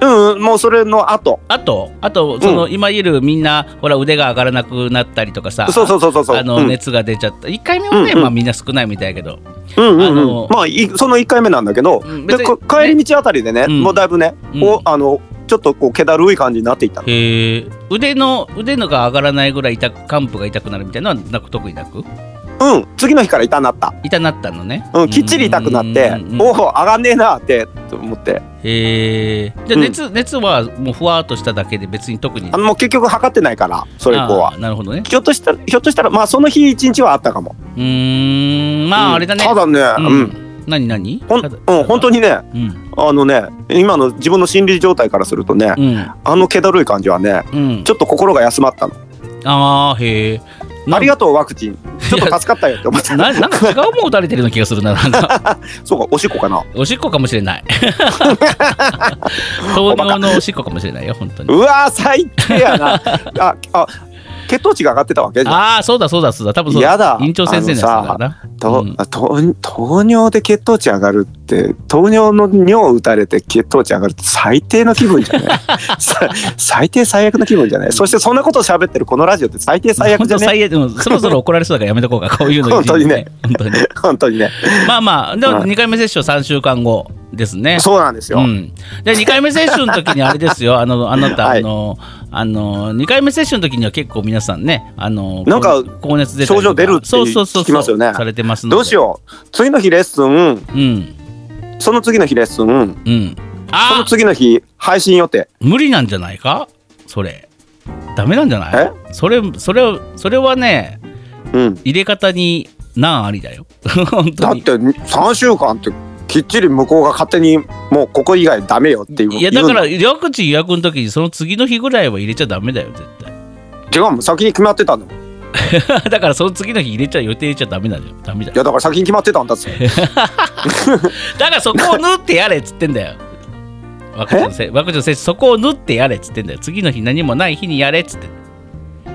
[SPEAKER 2] うん、うん、もうそれの後
[SPEAKER 1] あと、あと、その、今いるみんな、ほら、腕が上がらなくなったりとかさ、
[SPEAKER 2] そうそうそうそうそう
[SPEAKER 1] あの、
[SPEAKER 2] うん
[SPEAKER 1] 熱が出ちゃった。1回目はね、
[SPEAKER 2] うんうん
[SPEAKER 1] まあみんな少ないみたいやけど、
[SPEAKER 2] うんうんうん
[SPEAKER 1] あの
[SPEAKER 2] まあいその1回目なんだけど、
[SPEAKER 1] うん
[SPEAKER 2] で
[SPEAKER 1] 別に
[SPEAKER 2] こ帰り道あたりでね、
[SPEAKER 1] うん
[SPEAKER 2] もうだいぶね、
[SPEAKER 1] うん
[SPEAKER 2] おあのちょっとこう気だるい感じになっていったの
[SPEAKER 1] へえ腕の腕のが上がらないぐらい痛く幹部が痛くなるみたいなのはなく特になく
[SPEAKER 2] うん次の日から痛なった、
[SPEAKER 1] 痛なったのね
[SPEAKER 2] うん、きっちり痛くなって
[SPEAKER 1] うんうん
[SPEAKER 2] おお上がんねえなって思って
[SPEAKER 1] へえじゃあ
[SPEAKER 2] うん
[SPEAKER 1] 熱,、熱はもうふわーっとしただけで別に特に
[SPEAKER 2] あのもう結局測ってないからそれ以降
[SPEAKER 1] あ
[SPEAKER 2] は
[SPEAKER 1] ーなるほどね
[SPEAKER 2] ひょっとしたらひょっとしたらまあその日一日はあったかも
[SPEAKER 1] うーんまあ、
[SPEAKER 2] うん
[SPEAKER 1] あれだね
[SPEAKER 2] ただね、うん
[SPEAKER 1] 何何
[SPEAKER 2] ほん
[SPEAKER 1] ただ
[SPEAKER 2] うん、本当にね、
[SPEAKER 1] うん
[SPEAKER 2] あのね、今の自分の心理状態からするとね、
[SPEAKER 1] うん
[SPEAKER 2] あの気だるい感じはね、
[SPEAKER 1] うん
[SPEAKER 2] ちょっと心が休まったの。
[SPEAKER 1] ああへえ
[SPEAKER 2] ありがとう、ワクチン。ちょっと助かったよって思った。
[SPEAKER 1] ななんか違うもん打たれてるような気がするななん
[SPEAKER 2] (laughs)
[SPEAKER 1] か
[SPEAKER 2] そうか、おしっこかな。
[SPEAKER 1] おしっこかもしれ
[SPEAKER 2] (laughs)
[SPEAKER 1] ない糖尿のおしっこかもしれないよ本当に
[SPEAKER 2] うわー、最低
[SPEAKER 1] (laughs)
[SPEAKER 2] やな。あ、あ、血糖値が上がってたわけじゃん。
[SPEAKER 1] ああそうだそうだそうだ多分そう
[SPEAKER 2] やだ
[SPEAKER 1] 院長先生のやつだからな
[SPEAKER 2] と
[SPEAKER 1] うん
[SPEAKER 2] 糖糖尿で血糖値上がるって糖尿の尿を打たれて血糖値上がるって最低の気分じ
[SPEAKER 1] (laughs)
[SPEAKER 2] ゃないさ最低最悪の気分じゃないそしてそんなことを喋ってるこのラジオって最低最悪
[SPEAKER 1] 本
[SPEAKER 2] じゃ
[SPEAKER 1] 当
[SPEAKER 2] ね
[SPEAKER 1] 最悪でもそろそろ怒られそうだからやめとこうかこういうの
[SPEAKER 2] 本当にね
[SPEAKER 1] 本当に
[SPEAKER 2] (laughs) 本当にね
[SPEAKER 1] まあまあでも
[SPEAKER 2] はい
[SPEAKER 1] 2回目接種は3週間後ですね
[SPEAKER 2] そうなんですよ、
[SPEAKER 1] ん、で2回目接種の時にあれですよあのあなた、
[SPEAKER 2] はい
[SPEAKER 1] あのあの2回目接種の時には結構皆さんねあの
[SPEAKER 2] なんか
[SPEAKER 1] 高高熱出たりと
[SPEAKER 2] 症状出るって
[SPEAKER 1] そうそうそうそう
[SPEAKER 2] 聞きますよね
[SPEAKER 1] されてますので
[SPEAKER 2] どうしよう次の日レッスン
[SPEAKER 1] ううん
[SPEAKER 2] その次の日レッスン
[SPEAKER 1] うん
[SPEAKER 2] その
[SPEAKER 1] あ
[SPEAKER 2] 次の日配信予定
[SPEAKER 1] 無理なんじゃないかそれダメなんじゃないそれそれそれはね
[SPEAKER 2] うん
[SPEAKER 1] 入れ方に難ありだよ (laughs) 本
[SPEAKER 2] だ
[SPEAKER 1] 当
[SPEAKER 2] って
[SPEAKER 1] に
[SPEAKER 2] 3週間ってきっちり向こうが勝手にもうここ以外ダメよっていう
[SPEAKER 1] いやだから
[SPEAKER 2] 言
[SPEAKER 1] ワクチン予約の時にその次の日ぐらいは入れちゃダメだよ絶
[SPEAKER 2] うの違うもん先に決まってたのい
[SPEAKER 1] 対 (laughs) だからその次の日入れちゃ予定入れちゃダメなんだよダメだよ
[SPEAKER 2] やだから先に決まってたんだっつって
[SPEAKER 1] だからそこを縫ってやれっつってんだよワクチンのせワクチンの接種そこを縫ってやれっつってんだよ次の日何もない日にやれっつって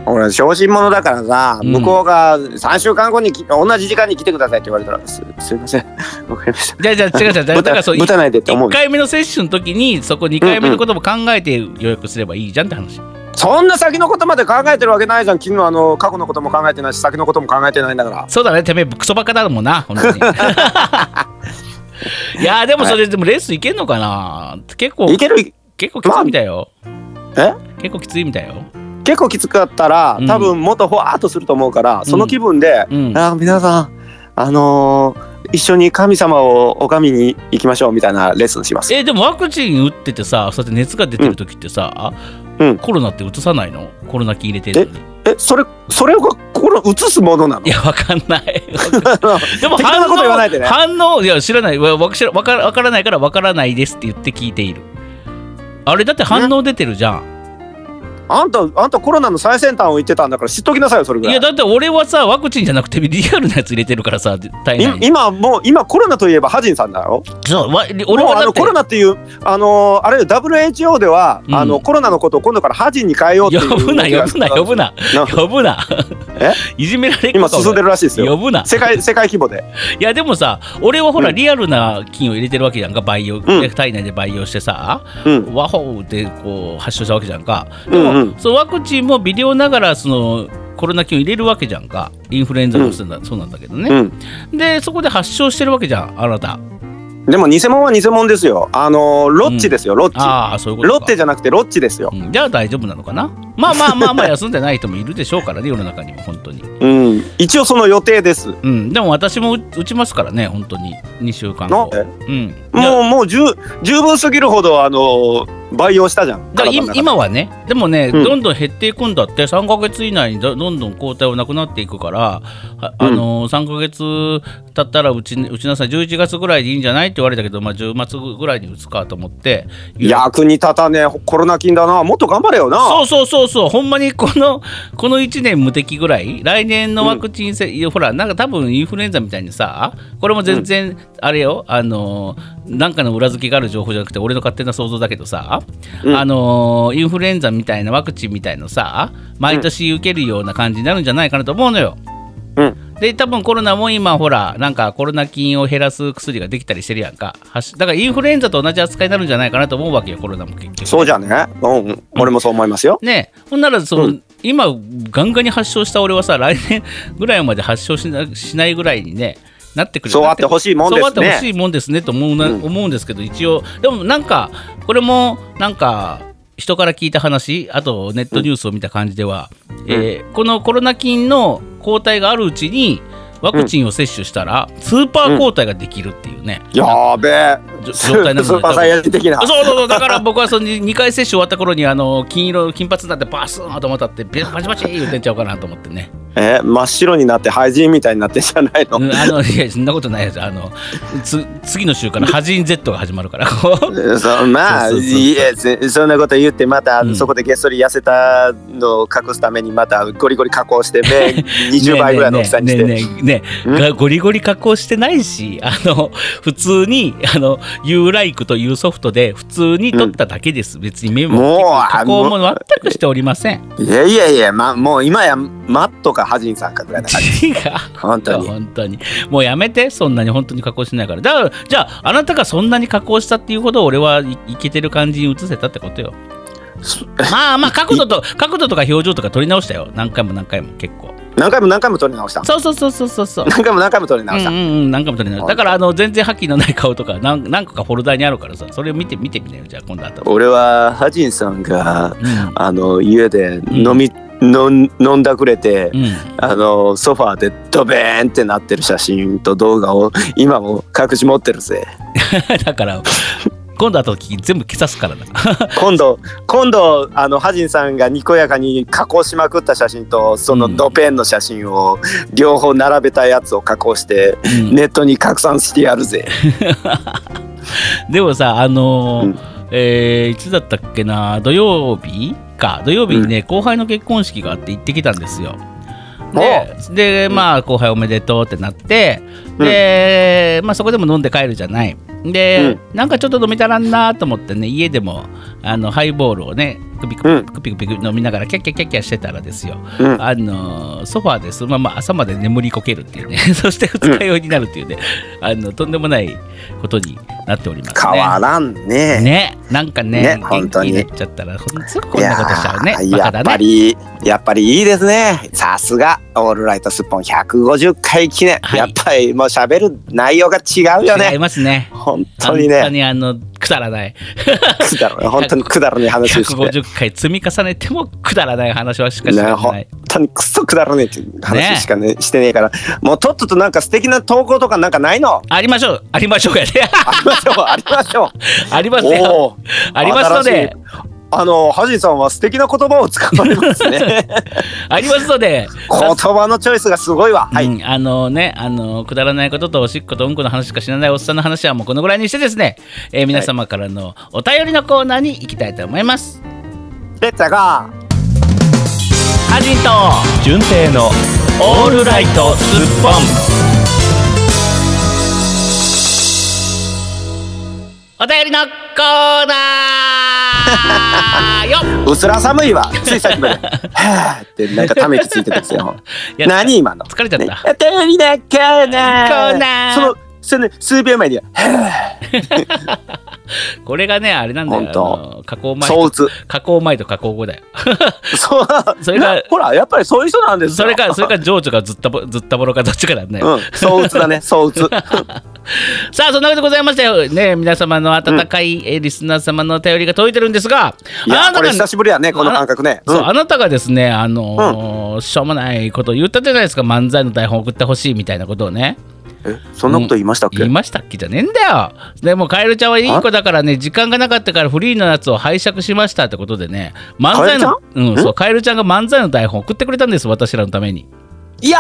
[SPEAKER 2] 俺小心者だからさ
[SPEAKER 1] うん
[SPEAKER 2] 向こうが3週間後にき同じ時間に来てくださいって言われたらすすいません (laughs) わかりました
[SPEAKER 1] じゃあじゃあ違う違う違うだ
[SPEAKER 2] ぶ
[SPEAKER 1] か
[SPEAKER 2] た
[SPEAKER 1] らそう
[SPEAKER 2] ぶたないでって思
[SPEAKER 1] 1
[SPEAKER 2] う
[SPEAKER 1] 回目の接種の時にそこ2回目のことも考えて予約すればいいじゃんって話、
[SPEAKER 2] そんな先のことまで考えてるわけないじゃん昨日あの過去のことも考えてないし先のことも考えてないんだから
[SPEAKER 1] そうだねてめえクソバカだもんな本
[SPEAKER 2] (laughs)
[SPEAKER 1] 当にいやーでもそれでもレースいけんのかな結構
[SPEAKER 2] いける
[SPEAKER 1] 結構きついみたいよ、
[SPEAKER 2] え
[SPEAKER 1] 結構きついみたいよ
[SPEAKER 2] 結構きつかったら
[SPEAKER 1] うん
[SPEAKER 2] 多分もっとほわーっとすると思うから、その気分で、
[SPEAKER 1] うん
[SPEAKER 2] あー皆さんあのー一緒に神様をお神に行きましょうみたいなレッスンします
[SPEAKER 1] えでもワクチン打っててさそうやって熱が出てる時ってさ、
[SPEAKER 2] うん
[SPEAKER 1] コロナってうつさないのコロナ菌入れてるのに
[SPEAKER 2] えそれそれが心を映すものなの (laughs)
[SPEAKER 1] いやわかんないでも
[SPEAKER 2] 適当なこと言わないでね
[SPEAKER 1] 反応いや知らないわわ知らわからわからないからわからないですって言って聞いているあれだって反応出てるじゃん
[SPEAKER 2] あんたあんたコロナの最先端を言ってたんだから知っときなさいよそれ
[SPEAKER 1] い
[SPEAKER 2] ぐらい
[SPEAKER 1] やだって俺はさワクチンじゃなくてリアルなやつ入れてるからさ体内
[SPEAKER 2] い
[SPEAKER 1] に
[SPEAKER 2] 今もう今コロナといえばハジンさんだろ
[SPEAKER 1] そうわ俺
[SPEAKER 2] もう
[SPEAKER 1] は
[SPEAKER 2] あ
[SPEAKER 1] だ
[SPEAKER 2] の
[SPEAKER 1] って
[SPEAKER 2] コロナっていうあのーあれよ WHO では、
[SPEAKER 1] うん
[SPEAKER 2] あのコロナのことを今度からハジンに変えようっていう
[SPEAKER 1] 呼ぶな呼ぶな呼ぶな
[SPEAKER 2] な
[SPEAKER 1] 呼ぶな
[SPEAKER 2] え
[SPEAKER 1] (laughs) いじめられっ子
[SPEAKER 2] 今
[SPEAKER 1] かお前
[SPEAKER 2] 進んでるらしいです
[SPEAKER 1] 呼
[SPEAKER 2] よ
[SPEAKER 1] ぶな
[SPEAKER 2] 世界世界規模で
[SPEAKER 1] いやでもさ俺はほら、
[SPEAKER 2] うん
[SPEAKER 1] リアルな菌を入れてるわけじゃんか培養、
[SPEAKER 2] ん
[SPEAKER 1] 体内で培養してさ
[SPEAKER 2] うん
[SPEAKER 1] ワホーでこう発症したわけじゃんかで
[SPEAKER 2] うん
[SPEAKER 1] も、
[SPEAKER 2] うん
[SPEAKER 1] そのワクチンも微量ながらそのコロナ菌を入れるわけじゃんかインフルエンザもそうなんだ,、そうなんだけど
[SPEAKER 2] う
[SPEAKER 1] ね、
[SPEAKER 2] ん
[SPEAKER 1] でそこで発症してるわけじゃんあなた
[SPEAKER 2] でも偽物は偽物ですよ。あのーロッチですよ、ロッチ。
[SPEAKER 1] ああそういうことか
[SPEAKER 2] ロッテじゃなくてロッチですよ。
[SPEAKER 1] うんじゃあ大丈夫なのかなまあまあまあまあ休んでない人もいるでしょうからね世の中にも本当に
[SPEAKER 2] うん。一応その予定です。
[SPEAKER 1] うんでも私も打打ちますからね本当に2週間
[SPEAKER 2] の
[SPEAKER 1] 後、うんいや
[SPEAKER 2] もうもう十十分すぎるほどあのー培養したじゃん。
[SPEAKER 1] だから
[SPEAKER 2] 体の
[SPEAKER 1] 今
[SPEAKER 2] 中
[SPEAKER 1] 今はねでもね、
[SPEAKER 2] うん
[SPEAKER 1] どんどん減っていくんだって3ヶ月以内にどどんどん抗体はなくなっていくからあ、あのー3ヶ月経ったらうち打ちなさい11月ぐらいでいいんじゃないって言われたけど、まあ、10末ぐらいに打つかと思って
[SPEAKER 2] 役に立たねえコロナ菌だな。もっと頑張れよな。
[SPEAKER 1] そうそうそうそうほんまにこの (laughs) この1年無敵ぐらい来年のワクチン接、いやほらなんか多分インフルエンザみたいにさこれも全然あれよ、あのーなんかの裏付けがある情報じゃなくて俺の勝手な想像だけどさ、
[SPEAKER 2] うん
[SPEAKER 1] あのーインフルエンザみたいなワクチンみたいのさ毎年受けるような感じになるんじゃないかなと思うのよ。
[SPEAKER 2] うん
[SPEAKER 1] で多分コロナも今ほらなんかコロナ菌を減らす薬ができたりしてるやんかはしだからインフルエンザと同じ扱いになるんじゃないかなと思うわけよコロナも結局
[SPEAKER 2] そうじゃねうんうん俺もそう思いますよ
[SPEAKER 1] ねえほんならその、
[SPEAKER 2] うん
[SPEAKER 1] 今ガンガンに発症した俺はさ来年ぐらいまで発症しなしないぐらいにねなってくる
[SPEAKER 2] そうあってほしいもんですね
[SPEAKER 1] そうあってほしいもんですねと思うな、
[SPEAKER 2] うん
[SPEAKER 1] 思うんですけど一応でもなんかこれもなんか人から聞いた話あとネットニュースを見た感じでは、えーこのコロナ菌の抗体があるうちにワクチンを接種したら、スーパー抗体ができるっていうね、
[SPEAKER 2] やーべえ
[SPEAKER 1] じょ
[SPEAKER 2] ス
[SPEAKER 1] 状態なので
[SPEAKER 2] スーパーサイヤ人的な
[SPEAKER 1] そうそう
[SPEAKER 2] (laughs)
[SPEAKER 1] そうだから僕はその2回接種終わった頃にあの金色金髪になってバスーン頭当たってビバチバチ言ってんちゃうかなと思ってね、
[SPEAKER 2] え真っ白になって廃人みたいになってんじゃない
[SPEAKER 1] う
[SPEAKER 2] の、
[SPEAKER 1] んあのいやそんなことないですあのつ次の週からハジン Z が始まるからこう
[SPEAKER 2] そうまあ
[SPEAKER 1] そうそうそうそう
[SPEAKER 2] いえぜそんなこと言ってまた、
[SPEAKER 1] うん
[SPEAKER 2] そこでげっそり痩せたのを隠すためにまたゴリゴリ加
[SPEAKER 1] (laughs)
[SPEAKER 2] 工して目20倍ぐらいの大きさにして、
[SPEAKER 1] ねえねえねえねえがゴリゴリ加工してないしあの普通にあの ULIKE というソフトで普通に撮っただけです、別にメ
[SPEAKER 2] もう
[SPEAKER 1] モ
[SPEAKER 2] あ
[SPEAKER 1] 加工も
[SPEAKER 2] も
[SPEAKER 1] 全くしておりません
[SPEAKER 2] (laughs) いやいやいや、ま、もう今やマットかハジンさんかぐらいな感じ
[SPEAKER 1] 違う
[SPEAKER 2] 本当に
[SPEAKER 1] 本当にもうやめてそんなに本当に加工しないからだからじゃああなたがそんなに加工したっていうほど俺はいいけてる感じに映せたってこと
[SPEAKER 2] (laughs)
[SPEAKER 1] よ
[SPEAKER 2] そ
[SPEAKER 1] まあまあ角度と角度とか表情とか撮り直したよ何回も何回も結構
[SPEAKER 2] 何回も何回も撮り直した
[SPEAKER 1] そうそうそうそうそうそう
[SPEAKER 2] (laughs) 何回も何回も撮り直した、
[SPEAKER 1] うんうんうん、何回も撮り直しただからあの全然覇気のない顔とか何何個かフォルダにあるからさそれを見て見てみなよじゃあ今度あったら
[SPEAKER 2] 俺はハジンさんが
[SPEAKER 1] うん
[SPEAKER 2] (laughs) あの家で飲み、のん飲んだくれて、
[SPEAKER 1] うん (laughs)
[SPEAKER 2] あのソファーでドベーンってなってる写真と動画を今も隠し持ってる (laughs) ぜ
[SPEAKER 1] だから今度あった時全部消さすから
[SPEAKER 2] (laughs)
[SPEAKER 1] な
[SPEAKER 2] 今度今度あのハジンさんがにこやかに加工しまくった写真とそのドベーンの写真を両方並べたやつを加工して
[SPEAKER 1] うん
[SPEAKER 2] ネットに拡散してやるぜ、
[SPEAKER 1] (laughs) でもさ、あのー
[SPEAKER 2] うん
[SPEAKER 1] えーいつだったっけな、土曜日か、土曜日にね、後輩の結婚式があって行ってきたんですよ。でで、まあ、後輩おめでとうってなって、で、まあ、そこでも飲んで帰るじゃない。で、なんかちょっと飲みたらんなと思ってね、家でもあのハイボールをね、クピク
[SPEAKER 2] うん
[SPEAKER 1] ピクピクピク飲みながら、キャッキャッキャッキャしてたらですよ、
[SPEAKER 2] うん
[SPEAKER 1] あのーソファーでそのまま朝まで眠りこけるっていうね、 (laughs) そして二日酔いになるっていうね、あのとんでもないことになっておりますね。
[SPEAKER 2] 変わらんね
[SPEAKER 1] ね、なんかね、
[SPEAKER 2] ね
[SPEAKER 1] 元
[SPEAKER 2] 本
[SPEAKER 1] 気
[SPEAKER 2] 当
[SPEAKER 1] に
[SPEAKER 2] に
[SPEAKER 1] なっちゃったら、ほんとすぐこんなことしちゃうね。
[SPEAKER 2] い
[SPEAKER 1] バ
[SPEAKER 2] や
[SPEAKER 1] カ
[SPEAKER 2] ーや
[SPEAKER 1] だ
[SPEAKER 2] っ
[SPEAKER 1] ね。
[SPEAKER 2] ぱりやっぱりいいですねさすがオールライトスッポン150回記念、
[SPEAKER 1] はい
[SPEAKER 2] やっぱりもう喋る内容が違う
[SPEAKER 1] 違
[SPEAKER 2] よ
[SPEAKER 1] い
[SPEAKER 2] ね
[SPEAKER 1] ますね。
[SPEAKER 2] 本当にね
[SPEAKER 1] 本当にあのくだらない。
[SPEAKER 2] くだらない本当にくだらない話をして
[SPEAKER 1] 150回積み重ねてもくだらない話はしかし
[SPEAKER 2] ね、
[SPEAKER 1] ない。
[SPEAKER 2] 本当にくっそくだらねえっていう
[SPEAKER 1] ね
[SPEAKER 2] 話しかねしてねえからもうとっととなんか素敵な投稿とかなんかな
[SPEAKER 1] (laughs)
[SPEAKER 2] いの
[SPEAKER 1] ありましょう、ありましょうやね。 (laughs)
[SPEAKER 2] ありましょうありましょう
[SPEAKER 1] あります
[SPEAKER 2] お
[SPEAKER 1] よ。
[SPEAKER 2] お
[SPEAKER 1] ありますので、
[SPEAKER 2] 新しいあのハジンさんは素敵な言葉を使われま
[SPEAKER 1] (laughs)
[SPEAKER 2] すね
[SPEAKER 1] ありますので。
[SPEAKER 2] 言葉のチョイスがすごいわはい、
[SPEAKER 1] うん、あのね、あのくだらないこととおしっことうんこの話しか知らないおっさんの話はもうこのぐらいにしてですね、えー皆様からのお便りのコーナーに行きたいと思います。
[SPEAKER 2] レッツが
[SPEAKER 1] アジンと純正のオールライトスッポンお便りのコーナー
[SPEAKER 2] (laughs)
[SPEAKER 1] よっ
[SPEAKER 2] うすら寒いわ。ついさっきまで。 (laughs) はぁってなんかため息ついてたんですよ。
[SPEAKER 1] や
[SPEAKER 2] 何今の。
[SPEAKER 1] 疲れちゃった
[SPEAKER 2] ねやってみなコーナー。
[SPEAKER 1] コーナー
[SPEAKER 2] そのその数秒前には
[SPEAKER 1] これがねあれなんだよ
[SPEAKER 2] 本当
[SPEAKER 1] あの加工前
[SPEAKER 2] そう打つ。
[SPEAKER 1] 加工前と加工後だよ
[SPEAKER 2] そう。
[SPEAKER 1] それが
[SPEAKER 2] なほらやっぱりそういう人なんですよ。
[SPEAKER 1] それかそれか情緒がずったぼずったぼろかどっちかだね、
[SPEAKER 2] うん。そう打つだね。そう
[SPEAKER 1] (laughs)
[SPEAKER 2] 打つ。
[SPEAKER 1] さあそんなことでございましたよね皆様の温かい、えーリスナー様のお便りが届いてるんですが
[SPEAKER 2] いやこれ久しぶりやねこの
[SPEAKER 1] あな
[SPEAKER 2] 感覚ね。う。
[SPEAKER 1] そうんあなたがですね、あのーしょうもないこと言ったじゃないですか漫才の台本送ってほしいみたいなことをね
[SPEAKER 2] えそんなこと言いましたっけ
[SPEAKER 1] 言い？ましたっけじゃねえんだよでもカエルちゃんはいい子だからね時間がなかったからフリーのやつを拝借しましたってことでね漫才の
[SPEAKER 2] カエル
[SPEAKER 1] うんそうカエルちゃんが漫才の台本送ってくれたんです私らのために
[SPEAKER 2] いや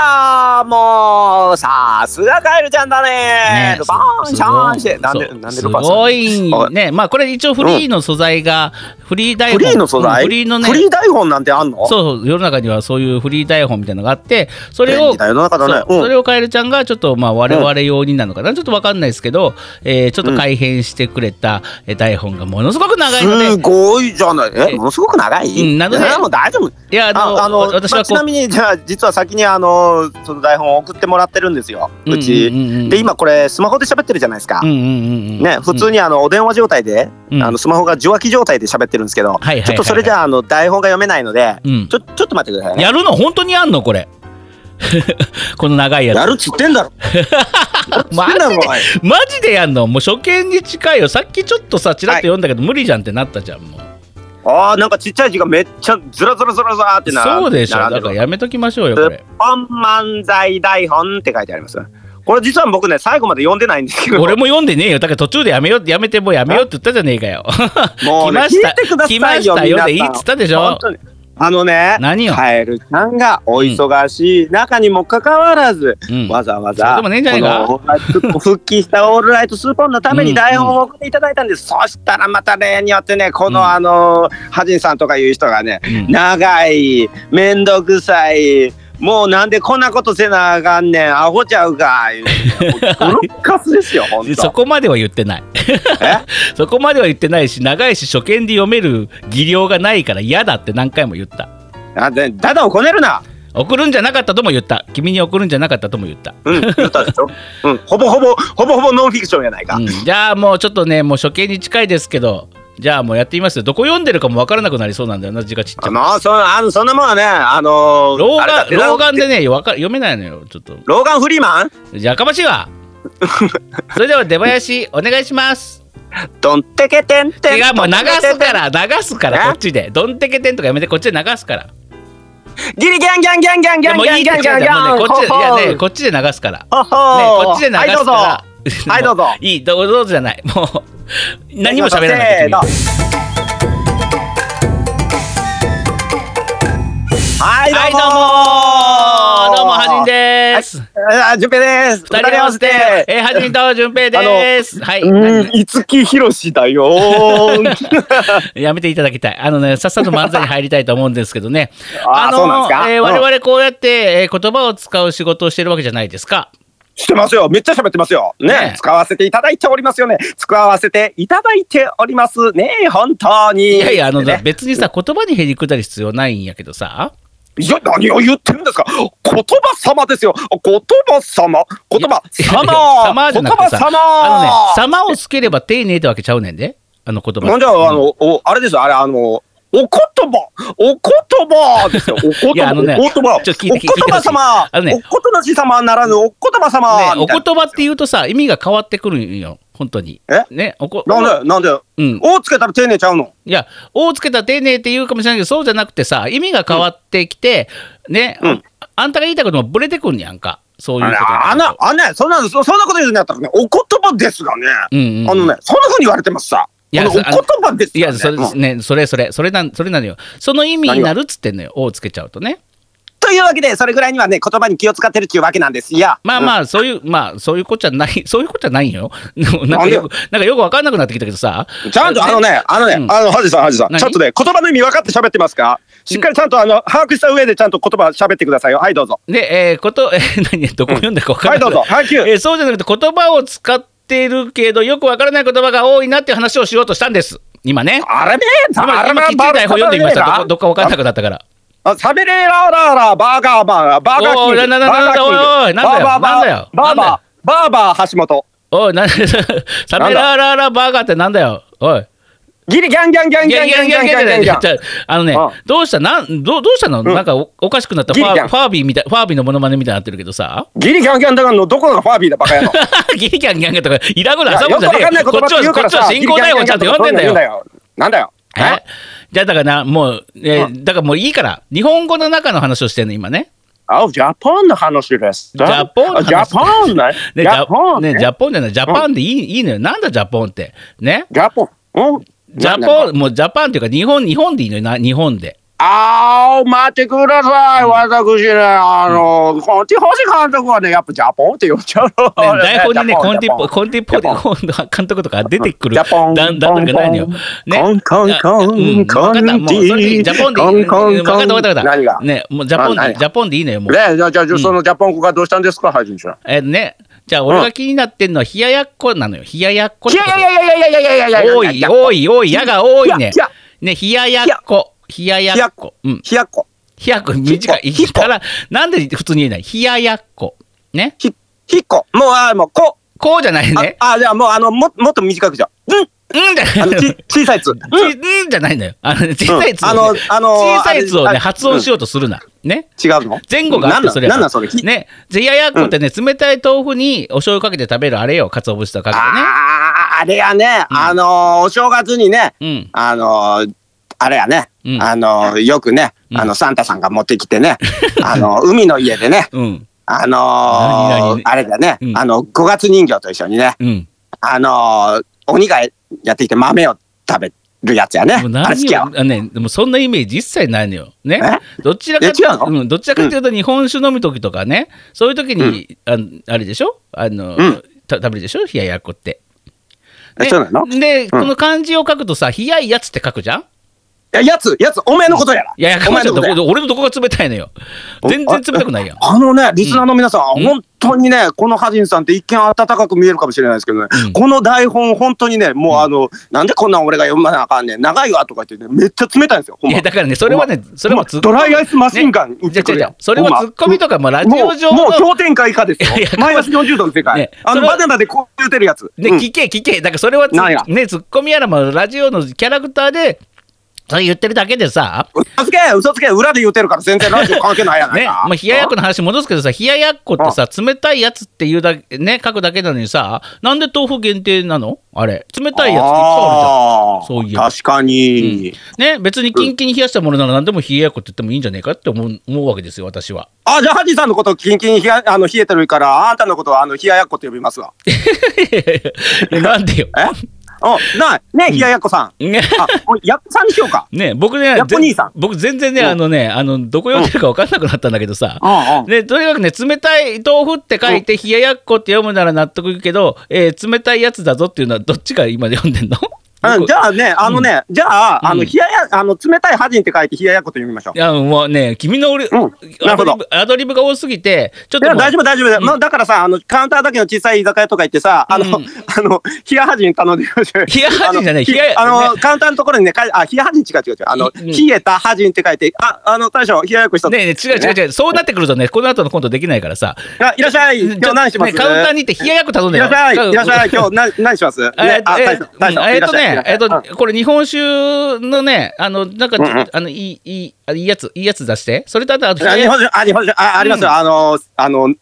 [SPEAKER 2] ーもうさすがカエルちゃんだね
[SPEAKER 1] ね
[SPEAKER 2] ルパンシャーンしてなんで
[SPEAKER 1] そう
[SPEAKER 2] なんですルパンさん
[SPEAKER 1] ごいねまあこれ一応フリーの素材が、フリー台
[SPEAKER 2] フ
[SPEAKER 1] 本
[SPEAKER 2] リーの素材
[SPEAKER 1] うんフリーのね
[SPEAKER 2] フリー台本なんてあんの
[SPEAKER 1] そう世の中にはそういうフリー台本みたいなのがあってそれ
[SPEAKER 2] 便
[SPEAKER 1] を
[SPEAKER 2] 利な世の中だね
[SPEAKER 1] そう
[SPEAKER 2] うん
[SPEAKER 1] それをカエルちゃんがちょっとまあ我々用になるのかな、ちょっとわかんないですけど、えーちょっと改編してくれたえー台本がものすごく長いので、
[SPEAKER 2] すごいじゃないえ
[SPEAKER 1] え
[SPEAKER 2] ものすごく長い
[SPEAKER 1] うんなので
[SPEAKER 2] いやもう大丈夫
[SPEAKER 1] いやあの
[SPEAKER 2] ああの
[SPEAKER 1] 私
[SPEAKER 2] ま
[SPEAKER 1] は
[SPEAKER 2] あち
[SPEAKER 1] こ
[SPEAKER 2] なみにじゃあ実は先にあのその台本を送ってもらってるんですよ
[SPEAKER 1] う
[SPEAKER 2] うちで
[SPEAKER 1] で
[SPEAKER 2] 今これスマホで喋ってるじゃないですか
[SPEAKER 1] うんうんうんうん、
[SPEAKER 2] ね普通
[SPEAKER 1] に、
[SPEAKER 2] にあのお電話状態で
[SPEAKER 1] うん
[SPEAKER 2] あのスマホが受話器状態で喋ってるんですけど
[SPEAKER 1] はいはいはいはい
[SPEAKER 2] ちょっとそれじゃああの台本が読めないので
[SPEAKER 1] うん
[SPEAKER 2] ちょちょっと待ってくださいね
[SPEAKER 1] やるの本当にやんのこれ (laughs) この長いやつ
[SPEAKER 2] やるっつってんだ
[SPEAKER 1] (laughs)
[SPEAKER 2] ろ
[SPEAKER 1] マジ
[SPEAKER 2] な
[SPEAKER 1] で
[SPEAKER 2] のおい
[SPEAKER 1] マジでやんのもう初見に近いよさっきちょっとさちらっと読んだけど、無理じゃんってなったじゃんもう
[SPEAKER 2] あーなんかちっちゃい字がめっちゃずらずらずらずらってな
[SPEAKER 1] そうでしょ
[SPEAKER 2] 並
[SPEAKER 1] だ
[SPEAKER 2] んでる
[SPEAKER 1] からやめときましょうよこ
[SPEAKER 2] (laughs)
[SPEAKER 1] れ
[SPEAKER 2] 「本漫才台本」って書いてありますこれ実は僕ね最後まで読んでないんですけど
[SPEAKER 1] 俺も読んでねえよだから途中でやめようやめてもうやめようって言ったじゃねえか
[SPEAKER 2] (laughs)
[SPEAKER 1] よ
[SPEAKER 2] もう
[SPEAKER 1] 来
[SPEAKER 2] ね
[SPEAKER 1] ました
[SPEAKER 2] 聞いてくださ
[SPEAKER 1] 来
[SPEAKER 2] いよ
[SPEAKER 1] ましたよ
[SPEAKER 2] 皆さん
[SPEAKER 1] でいいっつったでしょ
[SPEAKER 2] 本当にあのね
[SPEAKER 1] 何よ、
[SPEAKER 2] カエルさんがお忙しい中にもかかわらず、
[SPEAKER 1] うん
[SPEAKER 2] わざわ
[SPEAKER 1] そう
[SPEAKER 2] ざ
[SPEAKER 1] でもねえんじゃないか
[SPEAKER 2] この復帰したオールライトスーパーのために台本を送っていただいたんです、そしたらまた例によってねこの、
[SPEAKER 1] うん
[SPEAKER 2] あのハジンさんとかいう人がね
[SPEAKER 1] うん
[SPEAKER 2] 長いめんどくさいもうなんでこんなことせなあかんねんアホちゃうか言うてねもうグロッカスですよほん
[SPEAKER 1] そ
[SPEAKER 2] と
[SPEAKER 1] こまでは言ってない (laughs) そこまでは言ってないし長いし初見で読める技量がないから嫌だって何回も言った
[SPEAKER 2] あでただをこねるな
[SPEAKER 1] 送るんじゃなかったとも言った君に送るんじゃなかったとも言った、
[SPEAKER 2] うん言ったでしょ、うん、ほぼほぼほぼほぼノンフィクションやないか、
[SPEAKER 1] うんじゃあもうちょっとねもう初見に近いですけどじゃあもうやってみますよどこ読んでるかも分からなくなりそうなんだよな字がちっちゃく
[SPEAKER 2] もうそあのそんなもんはねあのー
[SPEAKER 1] 老
[SPEAKER 2] あれだっ
[SPEAKER 1] 眼
[SPEAKER 2] てな
[SPEAKER 1] 老眼でねわか読めないのよちょっと
[SPEAKER 2] 老眼フリーマン
[SPEAKER 1] やかましい
[SPEAKER 2] (laughs)
[SPEAKER 1] わそれでは出囃子お願いし
[SPEAKER 2] (laughs)
[SPEAKER 1] ます
[SPEAKER 2] ドンテケテンテン
[SPEAKER 1] 違うもう流す
[SPEAKER 2] ドンテケテンテ
[SPEAKER 1] から流すから
[SPEAKER 2] え
[SPEAKER 1] こっちでどんてけてんとかやめてこっちで流すから
[SPEAKER 2] ンギリギャンギャンギャンギャン
[SPEAKER 1] い
[SPEAKER 2] ギャ
[SPEAKER 1] や
[SPEAKER 2] ン
[SPEAKER 1] もう
[SPEAKER 2] ギャ
[SPEAKER 1] い
[SPEAKER 2] ン
[SPEAKER 1] い
[SPEAKER 2] ギ
[SPEAKER 1] って
[SPEAKER 2] ャン
[SPEAKER 1] 違
[SPEAKER 2] ギャン
[SPEAKER 1] う
[SPEAKER 2] ギ
[SPEAKER 1] 違うもうねこ
[SPEAKER 2] ャン
[SPEAKER 1] っちでいやねこ
[SPEAKER 2] っ
[SPEAKER 1] っちで流すから
[SPEAKER 2] ほ
[SPEAKER 1] ね
[SPEAKER 2] ほ
[SPEAKER 1] こっちで流す
[SPEAKER 2] はいど
[SPEAKER 1] (laughs)
[SPEAKER 2] うぞ
[SPEAKER 1] から
[SPEAKER 2] はいどうぞ
[SPEAKER 1] もいいどうぞじゃない
[SPEAKER 2] (laughs)
[SPEAKER 1] もう何も喋らない
[SPEAKER 2] せーの
[SPEAKER 1] はいどうもー
[SPEAKER 2] はいどうも
[SPEAKER 1] どうもはじんです
[SPEAKER 2] あ、じゅんぺいです。
[SPEAKER 1] 二人合わせてえーはじんとじゅんぺいですはい
[SPEAKER 2] うん、五木ひろしだよー。。
[SPEAKER 1] (laughs) やめていただきたい。あのね、さっさと漫才に入りたいと思うんですけどね
[SPEAKER 2] あー
[SPEAKER 1] の
[SPEAKER 2] そうなんですか
[SPEAKER 1] えー
[SPEAKER 2] うん
[SPEAKER 1] 我々こうやって、えー言葉を使う仕事をしてるわけじゃないですか。
[SPEAKER 2] してますよ。めっちゃ喋ってますよ。ね、
[SPEAKER 1] ね
[SPEAKER 2] 使わせていただいておりますよね。使わせていただいておりますね。本当に。
[SPEAKER 1] いやいや、あの、
[SPEAKER 2] ね
[SPEAKER 1] 別にさ、言葉にへりくだる必要ないんやけどさ。
[SPEAKER 2] いや、何を言ってるんですか言葉様ですよ言葉様言葉様
[SPEAKER 1] 様じゃ
[SPEAKER 2] 言
[SPEAKER 1] なくて
[SPEAKER 2] 葉
[SPEAKER 1] さ、
[SPEAKER 2] 様
[SPEAKER 1] あのね、様をつければ丁寧ってわけちゃうねんで。あの言葉。
[SPEAKER 2] なんじゃ、あの、おあれですよあれ、あの、お言葉お言葉ですよ。お言葉
[SPEAKER 1] いやあのね
[SPEAKER 2] お言葉
[SPEAKER 1] ちょっと聞いて聞いて
[SPEAKER 2] お言葉様
[SPEAKER 1] あのね
[SPEAKER 2] お言葉様ならぬお言葉様
[SPEAKER 1] ね、お言葉って言うとさ、意味が変わってくるんよ。本当に。
[SPEAKER 2] え
[SPEAKER 1] ね、おこ。
[SPEAKER 2] なんで、なんで、
[SPEAKER 1] うん。
[SPEAKER 2] おつけたら丁寧ちゃうの
[SPEAKER 1] いや、おつけたら丁寧って言うかもしれないけど、そうじゃなくてさ、意味が変わってきて、ね、
[SPEAKER 2] うん
[SPEAKER 1] あんたが言いたいこともぶれてくんねやんか、そういう
[SPEAKER 2] あ
[SPEAKER 1] こと
[SPEAKER 2] れ
[SPEAKER 1] に
[SPEAKER 2] あん
[SPEAKER 1] なる
[SPEAKER 2] な
[SPEAKER 1] と、
[SPEAKER 2] あんな、そんな、そそんなこと言うんだったらね、お言葉ですがね、
[SPEAKER 1] うんうん、
[SPEAKER 2] あのね、そんなふうに言われてますさ。
[SPEAKER 1] いや
[SPEAKER 2] あのお言
[SPEAKER 1] そあの
[SPEAKER 2] 葉です
[SPEAKER 1] い
[SPEAKER 2] よ
[SPEAKER 1] や、
[SPEAKER 2] ね。
[SPEAKER 1] それ、
[SPEAKER 2] うん
[SPEAKER 1] ね、それ、それ、それなん、それなのよ。その意味になるっつってんのよ、おをつけちゃうとね。
[SPEAKER 2] というわけで、それぐらいにはね、言葉に気を使ってるっていうわけなんです。いや、
[SPEAKER 1] まあ
[SPEAKER 2] あ、
[SPEAKER 1] まあ、そういう、まあ、そういうことじゃない、 (laughs) そういうことじゃないよ。なんかよく、なんかよくわかんなくなってきたけどさ。
[SPEAKER 2] ちゃんとあのね、あのね、
[SPEAKER 1] うん
[SPEAKER 2] あの、ハジさん、ハジさん、
[SPEAKER 1] 何
[SPEAKER 2] ちゃんとね、言葉の意味分かって喋ってますかしっかりちゃんと、あの、把握した上でちゃんと言葉喋ってくださいよ。はい、どうぞ。
[SPEAKER 1] で、えーこと、え (laughs) ー何、どこ読んだかわかんない、
[SPEAKER 2] はいどうぞはいキュー
[SPEAKER 1] えーそうじゃなくて、言葉を使ってるけど、よくわからない言葉が多いなっていう話をしようとしたんです。今ね。
[SPEAKER 2] あれめえ
[SPEAKER 1] 今、今、きっちり台本読んでみました。どこ、どっかわかんなくなったから。
[SPEAKER 2] あ、サベレラーラーラーバーガーバーガーバーガーキン
[SPEAKER 1] おいな
[SPEAKER 2] グ
[SPEAKER 1] なな
[SPEAKER 2] バーガーキング
[SPEAKER 1] おいおいなんだよ
[SPEAKER 2] バー
[SPEAKER 1] なん
[SPEAKER 2] バー
[SPEAKER 1] だよ
[SPEAKER 2] バーバーバーバー橋本
[SPEAKER 1] おい、な、サメラーラーラーバーガーってなんだよ。おい。
[SPEAKER 2] ギリギャンギャンギャン
[SPEAKER 1] い
[SPEAKER 2] ギャ
[SPEAKER 1] や
[SPEAKER 2] ン
[SPEAKER 1] い
[SPEAKER 2] ギャ
[SPEAKER 1] や
[SPEAKER 2] ン
[SPEAKER 1] い
[SPEAKER 2] ギャ
[SPEAKER 1] や
[SPEAKER 2] ン
[SPEAKER 1] い
[SPEAKER 2] ギャンギ
[SPEAKER 1] やい
[SPEAKER 2] ャンギャ
[SPEAKER 1] や
[SPEAKER 2] ン、
[SPEAKER 1] あのね
[SPEAKER 2] うん、
[SPEAKER 1] どうした、なん、どう、どうしたの、なんかお、おかしくなった、フ
[SPEAKER 2] ギリ
[SPEAKER 1] ァ
[SPEAKER 2] ギャ
[SPEAKER 1] ー、
[SPEAKER 2] ン
[SPEAKER 1] ファービーみたい、ファービーのモノマネみたいになってるけどさ。
[SPEAKER 2] ギリギャンギャンだからのどこがファービーだバカ野郎
[SPEAKER 1] ギリギャンギャンギャンとか、いらぐ
[SPEAKER 2] い
[SPEAKER 1] な、
[SPEAKER 2] や
[SPEAKER 1] そ
[SPEAKER 2] よ
[SPEAKER 1] こ
[SPEAKER 2] く
[SPEAKER 1] じゃ
[SPEAKER 2] わ
[SPEAKER 1] ねえ
[SPEAKER 2] かんない言
[SPEAKER 1] こ
[SPEAKER 2] 葉
[SPEAKER 1] っ
[SPEAKER 2] っ
[SPEAKER 1] ち
[SPEAKER 2] て言
[SPEAKER 1] は、こ
[SPEAKER 2] うか
[SPEAKER 1] っ
[SPEAKER 2] ら
[SPEAKER 1] ちは
[SPEAKER 2] さ
[SPEAKER 1] 進行台本ちゃんと読んでんだよ。
[SPEAKER 2] よなんだよ
[SPEAKER 1] えじゃあだからな、もう、えー
[SPEAKER 2] う
[SPEAKER 1] だからもういいから、日本語の中の話をしてんの、今ね。
[SPEAKER 2] あ、ジャパンの話です。
[SPEAKER 1] ジャポンの話
[SPEAKER 2] ジャパンね。
[SPEAKER 1] ね、
[SPEAKER 2] ジ
[SPEAKER 1] ジ
[SPEAKER 2] ャ
[SPEAKER 1] ャ
[SPEAKER 2] パ
[SPEAKER 1] ポ
[SPEAKER 2] ン
[SPEAKER 1] ンね、ジャポンじゃない、ジャパンでいい,、いいのよ。なんだ、ジャポンって。ね。
[SPEAKER 2] ジャポン。うん
[SPEAKER 1] ジャ
[SPEAKER 2] なんだ
[SPEAKER 1] ポン、もうジャパンっていうか、日本、日本でいいのよな、日本で。
[SPEAKER 2] あー、待ってください、私ね、あの、コンティ・ホシ監督はね、やっぱジャポンって呼んじゃうの。
[SPEAKER 1] 台本にね、コンティポ、
[SPEAKER 2] ン。
[SPEAKER 1] コンティポで、今度は監督とか出てくる
[SPEAKER 2] ジャポン
[SPEAKER 1] 段段取りがないのよ。ね。
[SPEAKER 2] コンコンコン
[SPEAKER 1] うん
[SPEAKER 2] コン
[SPEAKER 1] わかったもうそれでいいジャポンでいいね。
[SPEAKER 2] コンコンコン
[SPEAKER 1] わかったわかったわかった。
[SPEAKER 2] 何が
[SPEAKER 1] ね、もうジャポン
[SPEAKER 2] あ
[SPEAKER 1] で、
[SPEAKER 2] 何
[SPEAKER 1] ジャポンでいいのよ、もう。
[SPEAKER 2] ね、じゃあ、じゃあ、そのジャポン語がどうしたんですか、ハイジンちゃん。
[SPEAKER 1] えーね。じゃあ、俺が気になってんのは、冷ややっこなのよ。冷ややっこっ
[SPEAKER 2] い
[SPEAKER 1] てこ
[SPEAKER 2] や
[SPEAKER 1] と。
[SPEAKER 2] いやいやいやいやいやいやいや
[SPEAKER 1] 多い、多い、多い、やが多いね
[SPEAKER 2] いや。
[SPEAKER 1] ね、冷ややっこ。冷ややっこ。うん。
[SPEAKER 2] ひやっこ。
[SPEAKER 1] 冷やっこ短い。
[SPEAKER 2] ひっこ
[SPEAKER 1] から、なんで普通に言えない冷ややっこ。ね。
[SPEAKER 2] ひ、ひっこ。もう、あーもう、こ。
[SPEAKER 1] こうじゃない
[SPEAKER 2] あ
[SPEAKER 1] ね。
[SPEAKER 2] あ、じゃあもう、あの、も、もっと短くじゃん。うん。
[SPEAKER 1] うんじゃな
[SPEAKER 2] あ
[SPEAKER 1] い
[SPEAKER 2] の、
[SPEAKER 1] の (laughs)
[SPEAKER 2] ち、小さいやつ。うん。
[SPEAKER 1] ちうんじゃないのよ。あのね、小さいやつ
[SPEAKER 2] うんあ
[SPEAKER 1] を
[SPEAKER 2] の
[SPEAKER 1] ね、
[SPEAKER 2] あの
[SPEAKER 1] 小さいやつを
[SPEAKER 2] あ
[SPEAKER 1] ね、
[SPEAKER 2] れ
[SPEAKER 1] 発音しようとするな。ね。
[SPEAKER 2] 違うの
[SPEAKER 1] 前後があって、それ
[SPEAKER 2] なん
[SPEAKER 1] は
[SPEAKER 2] なんなんなんそれ。ひ
[SPEAKER 1] ね。で、ややっこってね、冷たい豆腐にお醤油かけて食べるあれよ、鰹節とかけ
[SPEAKER 2] あーあれやね、あのーお正月にね、
[SPEAKER 1] てね。
[SPEAKER 2] あのーあれやね、
[SPEAKER 1] うん
[SPEAKER 2] あのーよくね、
[SPEAKER 1] うん
[SPEAKER 2] あのサンタさんが持ってき
[SPEAKER 1] (laughs)
[SPEAKER 2] てね、あのー海の家でね、
[SPEAKER 1] うん。うん。
[SPEAKER 2] あ
[SPEAKER 1] 何
[SPEAKER 2] のー
[SPEAKER 1] 々
[SPEAKER 2] あれだね、
[SPEAKER 1] うん
[SPEAKER 2] あの五月人形と一緒にね、
[SPEAKER 1] うん。
[SPEAKER 2] あのー鬼がやってきて豆を食べるやつやね。
[SPEAKER 1] もう
[SPEAKER 2] あれ好
[SPEAKER 1] 何
[SPEAKER 2] きや
[SPEAKER 1] よ
[SPEAKER 2] わ。
[SPEAKER 1] あね、でもそんなイメージ一切ないのよ。ね
[SPEAKER 2] え。
[SPEAKER 1] どちらかって
[SPEAKER 2] え違うの
[SPEAKER 1] うんどちらかというと日本酒飲む時とかね、そういう時に、あのあれでしょあの、
[SPEAKER 2] うん
[SPEAKER 1] た食べるでしょ冷ややっこって。
[SPEAKER 2] えそうなの？
[SPEAKER 1] でで、この漢字を書くとさ、冷やいやつって書くじゃん
[SPEAKER 2] ややつやつおめえのことやら。
[SPEAKER 1] いやいや、
[SPEAKER 2] お
[SPEAKER 1] かま
[SPEAKER 2] 前
[SPEAKER 1] ちゃん
[SPEAKER 2] のことや
[SPEAKER 1] どこ俺のどこが冷たいのよ。全然冷たくないやん。
[SPEAKER 2] あのね、リスナーの皆さん、
[SPEAKER 1] うん
[SPEAKER 2] 本当にね、このハジンさんって一見温かく見えるかもしれないですけどね、
[SPEAKER 1] うん
[SPEAKER 2] この台本、本当にね、もうあの、なんでこんなん俺が読まなあかんねん、長いわとか言ってね、めっちゃ冷たいんですよ、ほん
[SPEAKER 1] い
[SPEAKER 2] ま
[SPEAKER 1] や、。だからね、それはね、それ
[SPEAKER 2] ほん
[SPEAKER 1] も
[SPEAKER 2] ま
[SPEAKER 1] ツッ
[SPEAKER 2] ドライアイスマシンガン
[SPEAKER 1] ね
[SPEAKER 2] 打ってくるやん
[SPEAKER 1] 違う違うそれはツッコミとか、まあ、ラジオ上
[SPEAKER 2] もう、もう
[SPEAKER 1] の。
[SPEAKER 2] 氷点下以下ですよ
[SPEAKER 1] いやいや。
[SPEAKER 2] マイナス40度の世界。
[SPEAKER 1] ね
[SPEAKER 2] あ
[SPEAKER 1] そ
[SPEAKER 2] の、
[SPEAKER 1] れは
[SPEAKER 2] バナナでこう言うてるやつ。
[SPEAKER 1] ね、
[SPEAKER 2] うん
[SPEAKER 1] 聞け、聞け。だからそれはツ
[SPEAKER 2] なんや
[SPEAKER 1] ッ、ね、ツッコミやら、まあ、ラジオのキャラクターで、それ言ってるだけでさ、
[SPEAKER 2] 嘘つけ、嘘つけ、裏で言うてるから全然ラジオ関係ないやない
[SPEAKER 1] ね、
[SPEAKER 2] か。
[SPEAKER 1] まあ、冷ややっこの話戻すけどさ、冷ややっこってさ、冷たいやつっていうだけ、ね、書くだけなのにさ、なんで豆腐限定なのあれ、冷たいやつっていっぱいあるじゃん。
[SPEAKER 2] あー
[SPEAKER 1] そういえば
[SPEAKER 2] 確かに。
[SPEAKER 1] ね、別にキンキンに冷やしたものなら何でも冷えやっこって言ってもいいんじゃねえかって思う思うわけですよ、私は。 (laughs)
[SPEAKER 2] あ、じゃあ、ハジンさんのこと、キンキンに冷やあの冷えてるから、あんたのことは、あの、冷ややっこと呼びますわ。
[SPEAKER 1] なんでよ。 (laughs)
[SPEAKER 2] えお、な、ね、冷ややっこさん。
[SPEAKER 1] ね
[SPEAKER 2] あ、もうやっこさんにしよ
[SPEAKER 1] (laughs)
[SPEAKER 2] うか。
[SPEAKER 1] ね、僕ね
[SPEAKER 2] やっ、こ兄さん
[SPEAKER 1] ぜ僕全然ね、
[SPEAKER 2] うん
[SPEAKER 1] あのね、あの、どこ読んでるか分かんなくなったんだけどさ、
[SPEAKER 2] うんうん。
[SPEAKER 1] ね、とにかくね、冷たい豆腐って書いて、冷ややっこって読むなら納得いくけど、えー冷たいやつだぞっていうのは、どっちが今読んでんの
[SPEAKER 2] うん、じ
[SPEAKER 1] ゃ
[SPEAKER 2] ゃあね、あのね、じゃあ、あの、
[SPEAKER 1] うん
[SPEAKER 2] 冷やや、あの、冷たいハジンって書いて、冷ややっこと読みましょう
[SPEAKER 1] い。や、もうね、君の俺、
[SPEAKER 2] うんな
[SPEAKER 1] ア
[SPEAKER 2] るほ
[SPEAKER 1] ド
[SPEAKER 2] ど
[SPEAKER 1] リブアドリブが多すぎて、ちょっ
[SPEAKER 2] い
[SPEAKER 1] と
[SPEAKER 2] や
[SPEAKER 1] もう
[SPEAKER 2] 大丈夫大丈夫、
[SPEAKER 1] うん
[SPEAKER 2] まあ、だからさあのカウンターだけの小さい居酒屋とか行ってさあの、
[SPEAKER 1] うん
[SPEAKER 2] (laughs) あの冷やはじに頼んでみましょうよ
[SPEAKER 1] 冷やはじんじゃない
[SPEAKER 2] あの
[SPEAKER 1] 冷や
[SPEAKER 2] あの、
[SPEAKER 1] ね
[SPEAKER 2] カウンターのところにねかあ冷やはじん違う違う違うあの、
[SPEAKER 1] うん
[SPEAKER 2] 冷えたはじんって書いてああの大将冷ややっこした
[SPEAKER 1] ねえねえ違う違う違う、そうなってくるとね、この後のコントできないからさ、
[SPEAKER 2] あいらっしゃい
[SPEAKER 1] ちょ
[SPEAKER 2] 今日何します、
[SPEAKER 1] ねカウンターに行って冷ややっこ頼ん
[SPEAKER 2] い
[SPEAKER 1] で
[SPEAKER 2] らっしゃいいらっしゃい今
[SPEAKER 1] 日
[SPEAKER 2] 日何何します、ね
[SPEAKER 1] えっと
[SPEAKER 2] あ
[SPEAKER 1] え
[SPEAKER 2] 大将大将
[SPEAKER 1] ーえ
[SPEAKER 2] い
[SPEAKER 1] ー
[SPEAKER 2] ら
[SPEAKER 1] っ
[SPEAKER 2] っ
[SPEAKER 1] と
[SPEAKER 2] しゃい
[SPEAKER 1] ね、
[SPEAKER 2] いらっしゃい
[SPEAKER 1] えーっ
[SPEAKER 2] うん
[SPEAKER 1] と、これ日本酒のね、あの、なんか
[SPEAKER 2] うんうん、
[SPEAKER 1] あの、いい、いいあ、いいやつ、いいやつ出して、それとあと、あと、
[SPEAKER 2] あ日本酒あ日本酒あありますよ、
[SPEAKER 1] うん
[SPEAKER 2] あのあの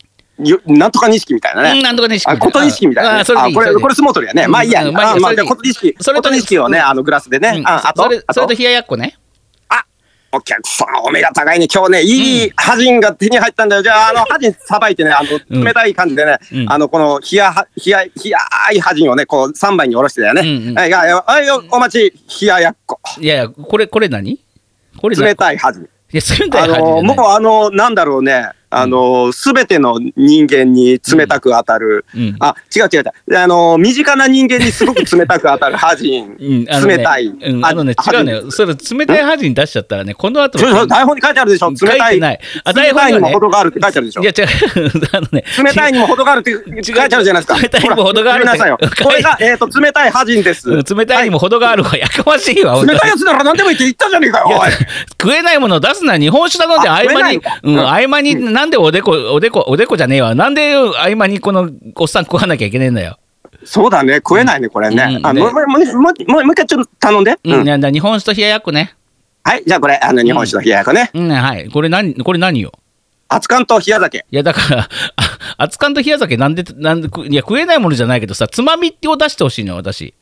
[SPEAKER 2] よなんとか錦みたいなね、
[SPEAKER 1] うんなんとかね、
[SPEAKER 2] あ、琴錦みたいな、ね。
[SPEAKER 1] あ、それでいい。
[SPEAKER 2] これ、
[SPEAKER 1] そでいい
[SPEAKER 2] これ相撲取りやね。まあいいや。
[SPEAKER 1] うんまあいいや
[SPEAKER 2] あま
[SPEAKER 1] それでいい
[SPEAKER 2] あ、じゃあ、琴錦。
[SPEAKER 1] それと
[SPEAKER 2] 琴錦をね、あの、グラスで
[SPEAKER 1] う
[SPEAKER 2] ね。
[SPEAKER 1] ん
[SPEAKER 2] あ、あと、
[SPEAKER 1] それ、
[SPEAKER 2] あ
[SPEAKER 1] それ
[SPEAKER 2] と
[SPEAKER 1] と、冷ややっこね。
[SPEAKER 2] あ、お客さん、お目が高いね。今日ね、いいハジンが手に入ったんだよ。じゃあ、あの、ハジンさばいてね、あ
[SPEAKER 1] うん
[SPEAKER 2] の、冷たい感じでね
[SPEAKER 1] う、ん
[SPEAKER 2] あの、この、冷やは、冷や、冷やいハジンをね、こう、三枚におろしてだよ
[SPEAKER 1] うんう
[SPEAKER 2] ね
[SPEAKER 1] ん。
[SPEAKER 2] はい、はいはい、おお待ち、冷ややっこ。
[SPEAKER 1] いやいや、これ、これ何これ何
[SPEAKER 2] 冷たいハジン。
[SPEAKER 1] いや、冷た
[SPEAKER 2] あ
[SPEAKER 1] い感じじゃな
[SPEAKER 2] の、も、
[SPEAKER 1] いう
[SPEAKER 2] あの、なんだろうね。あの、すべての人間に冷たく当たる。
[SPEAKER 1] うん。
[SPEAKER 2] あ、違う違う違う。あの、身近な人間にすごく冷たく当たるハジ
[SPEAKER 1] (laughs)
[SPEAKER 2] ン。
[SPEAKER 1] うんあのね
[SPEAKER 2] 冷たい
[SPEAKER 1] うんあのね、
[SPEAKER 2] あ
[SPEAKER 1] 違うのよ。それ、冷たい恥に出しちゃったらね、この後
[SPEAKER 2] ちょちょ台本に書いてあるでしょ。冷
[SPEAKER 1] 書い
[SPEAKER 2] たい。
[SPEAKER 1] てない。あ、
[SPEAKER 2] 冷
[SPEAKER 1] 台
[SPEAKER 2] た
[SPEAKER 1] 本
[SPEAKER 2] いに
[SPEAKER 1] に
[SPEAKER 2] も
[SPEAKER 1] はね
[SPEAKER 2] 程があるって書いてあるでしょ
[SPEAKER 1] いや、。違う。 (laughs) あのね、
[SPEAKER 2] 冷たいにも程があるって書いてあるじゃないですか。
[SPEAKER 1] 冷たいにも程があるって
[SPEAKER 2] ほらごめんなさいよ。
[SPEAKER 1] (laughs)
[SPEAKER 2] これが、えっと、冷たいハジンです。
[SPEAKER 1] うん冷たいにも程があるわ。やかましいわ、本当
[SPEAKER 2] 冷
[SPEAKER 1] に
[SPEAKER 2] たいやつなら何でもいいって言ったじゃねえかよ、おい。
[SPEAKER 1] 食えないものを出すな日本酒なので
[SPEAKER 2] あ
[SPEAKER 1] 合間に
[SPEAKER 2] 食えない、
[SPEAKER 1] うん、
[SPEAKER 2] うん
[SPEAKER 1] 合間になんでおでこ、おでこ、おでこじゃねえわ。なんで合間にこのおっさん食わなきゃいけねえんだよ。
[SPEAKER 2] そうだね、食えないね、これね
[SPEAKER 1] う。ん
[SPEAKER 2] あ、もう、もう、もう、もうもう一回ちょっと頼んで。
[SPEAKER 1] う、
[SPEAKER 2] うんん
[SPEAKER 1] なんだ日本酒と冷ややっこね。
[SPEAKER 2] はい、じゃあこれ、あの、日本酒の冷ややこね。
[SPEAKER 1] うん、はい。これ何、これ何よ。
[SPEAKER 2] 熱燗と冷や酒。
[SPEAKER 1] いや、だから、 (laughs) あ熱燗と冷や酒なんで、なんで、くいや、食えないものじゃないけどさ、つまみを出してほしいのよ、私。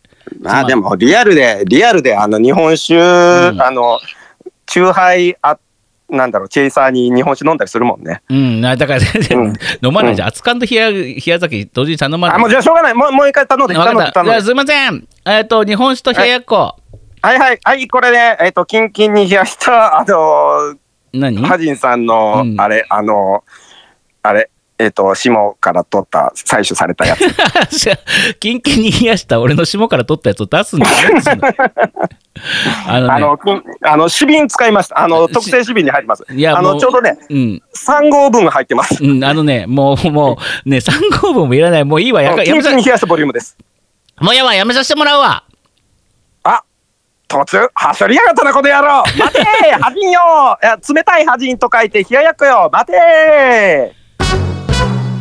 [SPEAKER 2] ま
[SPEAKER 1] つま
[SPEAKER 2] あ
[SPEAKER 1] り
[SPEAKER 2] でもリアルでリアルであの日本酒、
[SPEAKER 1] ん
[SPEAKER 2] あの酎ハイあなんだろうチェイサーに日本酒飲んだりするもんね。
[SPEAKER 1] うん、なだから、
[SPEAKER 2] うん
[SPEAKER 1] 飲まないじゃん。熱燗と冷や、冷や酒、同時に頼まない。
[SPEAKER 2] あもうじゃあしょうがないもうもう一回頼んで
[SPEAKER 1] わ
[SPEAKER 2] 頼ん
[SPEAKER 1] か
[SPEAKER 2] で
[SPEAKER 1] った。
[SPEAKER 2] 頼ん
[SPEAKER 1] じゃあ
[SPEAKER 2] です
[SPEAKER 1] いません。えっ、と、日本酒と冷ややっこ。
[SPEAKER 2] はいはい、はい、これね、えっ、と、キンキンに冷やした、あの
[SPEAKER 1] 何
[SPEAKER 2] ー、ハジンさんの、
[SPEAKER 1] うん
[SPEAKER 2] あれ、あのー、あれ、えっ、と、霜から取った、採取され
[SPEAKER 1] (laughs)
[SPEAKER 2] たやつ。
[SPEAKER 1] キンキンに冷やした俺の霜から取ったやつを出すんだよ。
[SPEAKER 2] (laughs)
[SPEAKER 1] あのね
[SPEAKER 2] あの、くんあの、紙瓶使いました。あの、特製紙瓶に入ります。
[SPEAKER 1] いや
[SPEAKER 2] あ
[SPEAKER 1] も
[SPEAKER 2] の、
[SPEAKER 1] う
[SPEAKER 2] ちょうどね、
[SPEAKER 1] うん、
[SPEAKER 2] 3合分入ってます。
[SPEAKER 1] うん、あのね、もう、もう、ね、三合分もいらない、もういいわ、やか
[SPEAKER 2] キ
[SPEAKER 1] や
[SPEAKER 2] ン
[SPEAKER 1] め
[SPEAKER 2] キ
[SPEAKER 1] さ
[SPEAKER 2] ン、に冷やしたボリュームです。
[SPEAKER 1] もうやばい、やめさせてもらうわ。
[SPEAKER 2] あ突然、はしょりやがったな、この野郎待てーはじんよいや冷たいはじんと書いて、冷ややっこよ待て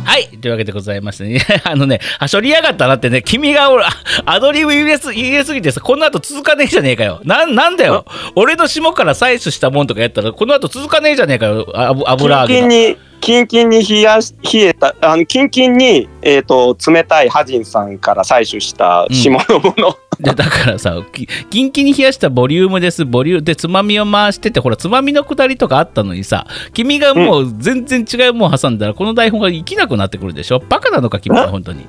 [SPEAKER 1] はい、というわけでございましてね、 (laughs) あのね、はしょりやがったなってね、君が俺、あアドリブ入れす入れすぎてさ、この後続かねえじゃねえかよ。なんなんだよ。俺の霜から採取したもんとかやったら、この後続かねえじゃねえかよ、あぶ油揚
[SPEAKER 2] ーキンキ
[SPEAKER 1] げが。
[SPEAKER 2] ンに、キンキンに冷やし、冷えた、あの、キンキンに、えっ、と、冷たいはじんさんから採取した霜のも
[SPEAKER 1] (laughs)
[SPEAKER 2] の。
[SPEAKER 1] でだからさ、きキンキンに冷やしたボリュームです、ボリュームで、つまみを回してて、ほら、つまみのくだりとかあったのにさ、君がもう全然違うもん挟んだら、この台本が生きなくなってくるでしょ。バカなのか、君は、本当に。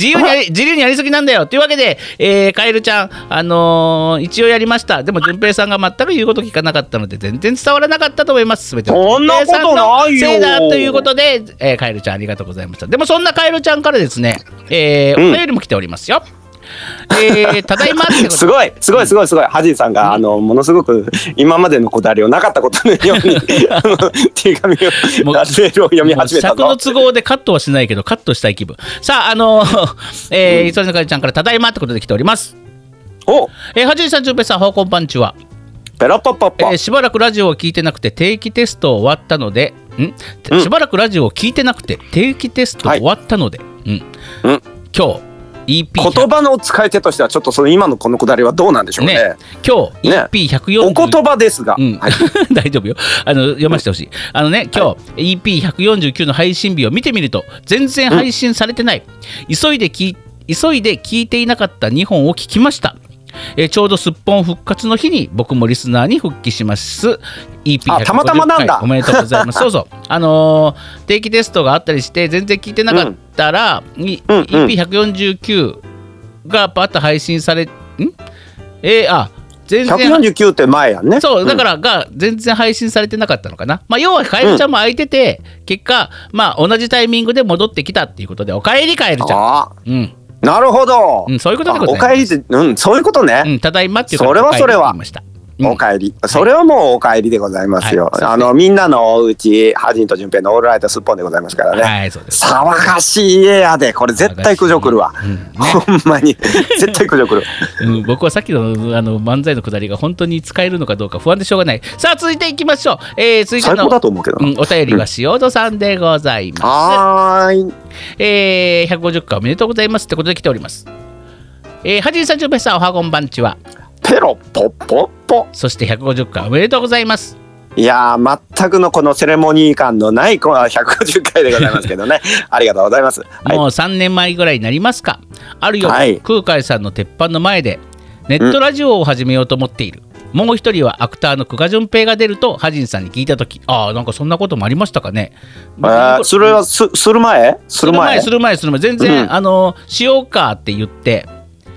[SPEAKER 1] 自由にやり自由にやりすぎなんだよというわけで、えーカエルちゃん、あのー一応やりました。でも、淳平さんが全く言うこと聞かなかったので、全然伝わらなかったと思います。すべては
[SPEAKER 2] そんなこと
[SPEAKER 1] 淳平さの
[SPEAKER 2] ないよ
[SPEAKER 1] せいだということで、えーカエルちゃん、ありがとうございました。でも、そんなカエルちゃんからですね、えー
[SPEAKER 2] うん
[SPEAKER 1] お便りも来ておりますよ。えーただいまってこと
[SPEAKER 2] すごい、すごい、すごい、すごい、はじいさんが、あの、ものすごく、今までのこだわりをなかったことのように、
[SPEAKER 1] (laughs)
[SPEAKER 2] あの、手紙を、
[SPEAKER 1] もう
[SPEAKER 2] ラズベルを読み始めた
[SPEAKER 1] 尺の
[SPEAKER 2] ぞ。
[SPEAKER 1] 都合でカットはしないけど、カットしたい気分。さあ、あのー、 (laughs) えー、磯根かちゃんからただいまってことで来ております。
[SPEAKER 2] お
[SPEAKER 1] えー、はじいさん、じゅんぺいさん、方向パンチは。
[SPEAKER 2] ペラパパ
[SPEAKER 1] え
[SPEAKER 2] パ
[SPEAKER 1] ー。しばらくラジオを聞いてなくて定期テストを終わったのでんて
[SPEAKER 2] うん
[SPEAKER 1] しばらくラジオを聞いてなくて定期テスト終わったので、うん
[SPEAKER 2] うん
[SPEAKER 1] 今日 EP
[SPEAKER 2] 言葉の使い手としては、ちょっとその今のこのくだわりはどうなんでしょうね
[SPEAKER 1] ね。今日
[SPEAKER 2] ね
[SPEAKER 1] EP140、
[SPEAKER 2] お言葉ですが、
[SPEAKER 1] うん
[SPEAKER 2] はい
[SPEAKER 1] (laughs) 大丈夫よあの読ませてほしい、あのね今日 EP149 の配信日を見てみると全然配信されてない、急いで聞い急いで聞いていなかった2本を聞きましたえーちょうどすっぽん復活の日に僕もリスナーに復帰します EP150 回
[SPEAKER 2] あたまたまなんだ
[SPEAKER 1] おめでとうございます
[SPEAKER 2] (laughs)
[SPEAKER 1] そうそうあのー定期テストがあったりして全然聞いてなかったら、に
[SPEAKER 2] うんうん
[SPEAKER 1] EP149 がバッと配信されんえーあ全然
[SPEAKER 2] 149って前やんね。
[SPEAKER 1] そう、
[SPEAKER 2] ん
[SPEAKER 1] だからが全然配信されてなかったのかな。まあ、要はカエルちゃんも空いてて、結果、まあ、同じタイミングで戻ってきたっていうことで、おかえりカエルちゃん。
[SPEAKER 2] あ
[SPEAKER 1] うん、
[SPEAKER 2] ーなるほど。
[SPEAKER 1] うん、そういうことで
[SPEAKER 2] あ
[SPEAKER 1] ござ
[SPEAKER 2] お
[SPEAKER 1] います
[SPEAKER 2] かえりって、うん、そういうことね。
[SPEAKER 1] うん、ただいまっていうから
[SPEAKER 2] それはそれ
[SPEAKER 1] おかえりって言い
[SPEAKER 2] は
[SPEAKER 1] ま
[SPEAKER 2] お
[SPEAKER 1] した。
[SPEAKER 2] かえり。それはもうおかえりでございますよ。
[SPEAKER 1] はい
[SPEAKER 2] あの、みんなのうち、ハジンと順平のオールライトすっぽんでございますから
[SPEAKER 1] うん
[SPEAKER 2] ね。
[SPEAKER 1] はい、そうです。
[SPEAKER 2] 騒がしい家やで、これ絶対苦情来るわ。
[SPEAKER 1] うんね
[SPEAKER 2] ほんまに、絶対苦情来る。
[SPEAKER 1] うん、僕はさっきのあの漫才のくだりが本当に使えるのかどうか不安でしょうがない。さあ、続いていきましょう。えー、続いて
[SPEAKER 2] 最高
[SPEAKER 1] の
[SPEAKER 2] だ、と思うけど
[SPEAKER 1] う
[SPEAKER 2] な。
[SPEAKER 1] ん、お便りは塩戸さんでございます。
[SPEAKER 2] はーい。
[SPEAKER 1] えー、150回おめでとうございますってことで来ております。えー、はじいさん、じゅんぺいさん、おはこんばんちは。
[SPEAKER 2] ペロポッポッポ。
[SPEAKER 1] そして150回おめでとうございます。
[SPEAKER 2] いやー、全くのこのセレモニー感のない、この150回でございますけどね。ありがとうございます。はい
[SPEAKER 1] もう。3年前ぐらいになりますか。あるよ、
[SPEAKER 2] はい
[SPEAKER 1] 空海さんの鉄板の前で、ネットラジオを始めようと思っている。もう一人はアクターの久我淳平が出ると、ハジンさんに聞いたとき、ああ、なんかそんなこともありましたかね。
[SPEAKER 2] えーそれはす、する前す
[SPEAKER 1] す
[SPEAKER 2] る
[SPEAKER 1] る前
[SPEAKER 2] 前
[SPEAKER 1] する前する前全然、
[SPEAKER 2] うん
[SPEAKER 1] あのしようかって言って、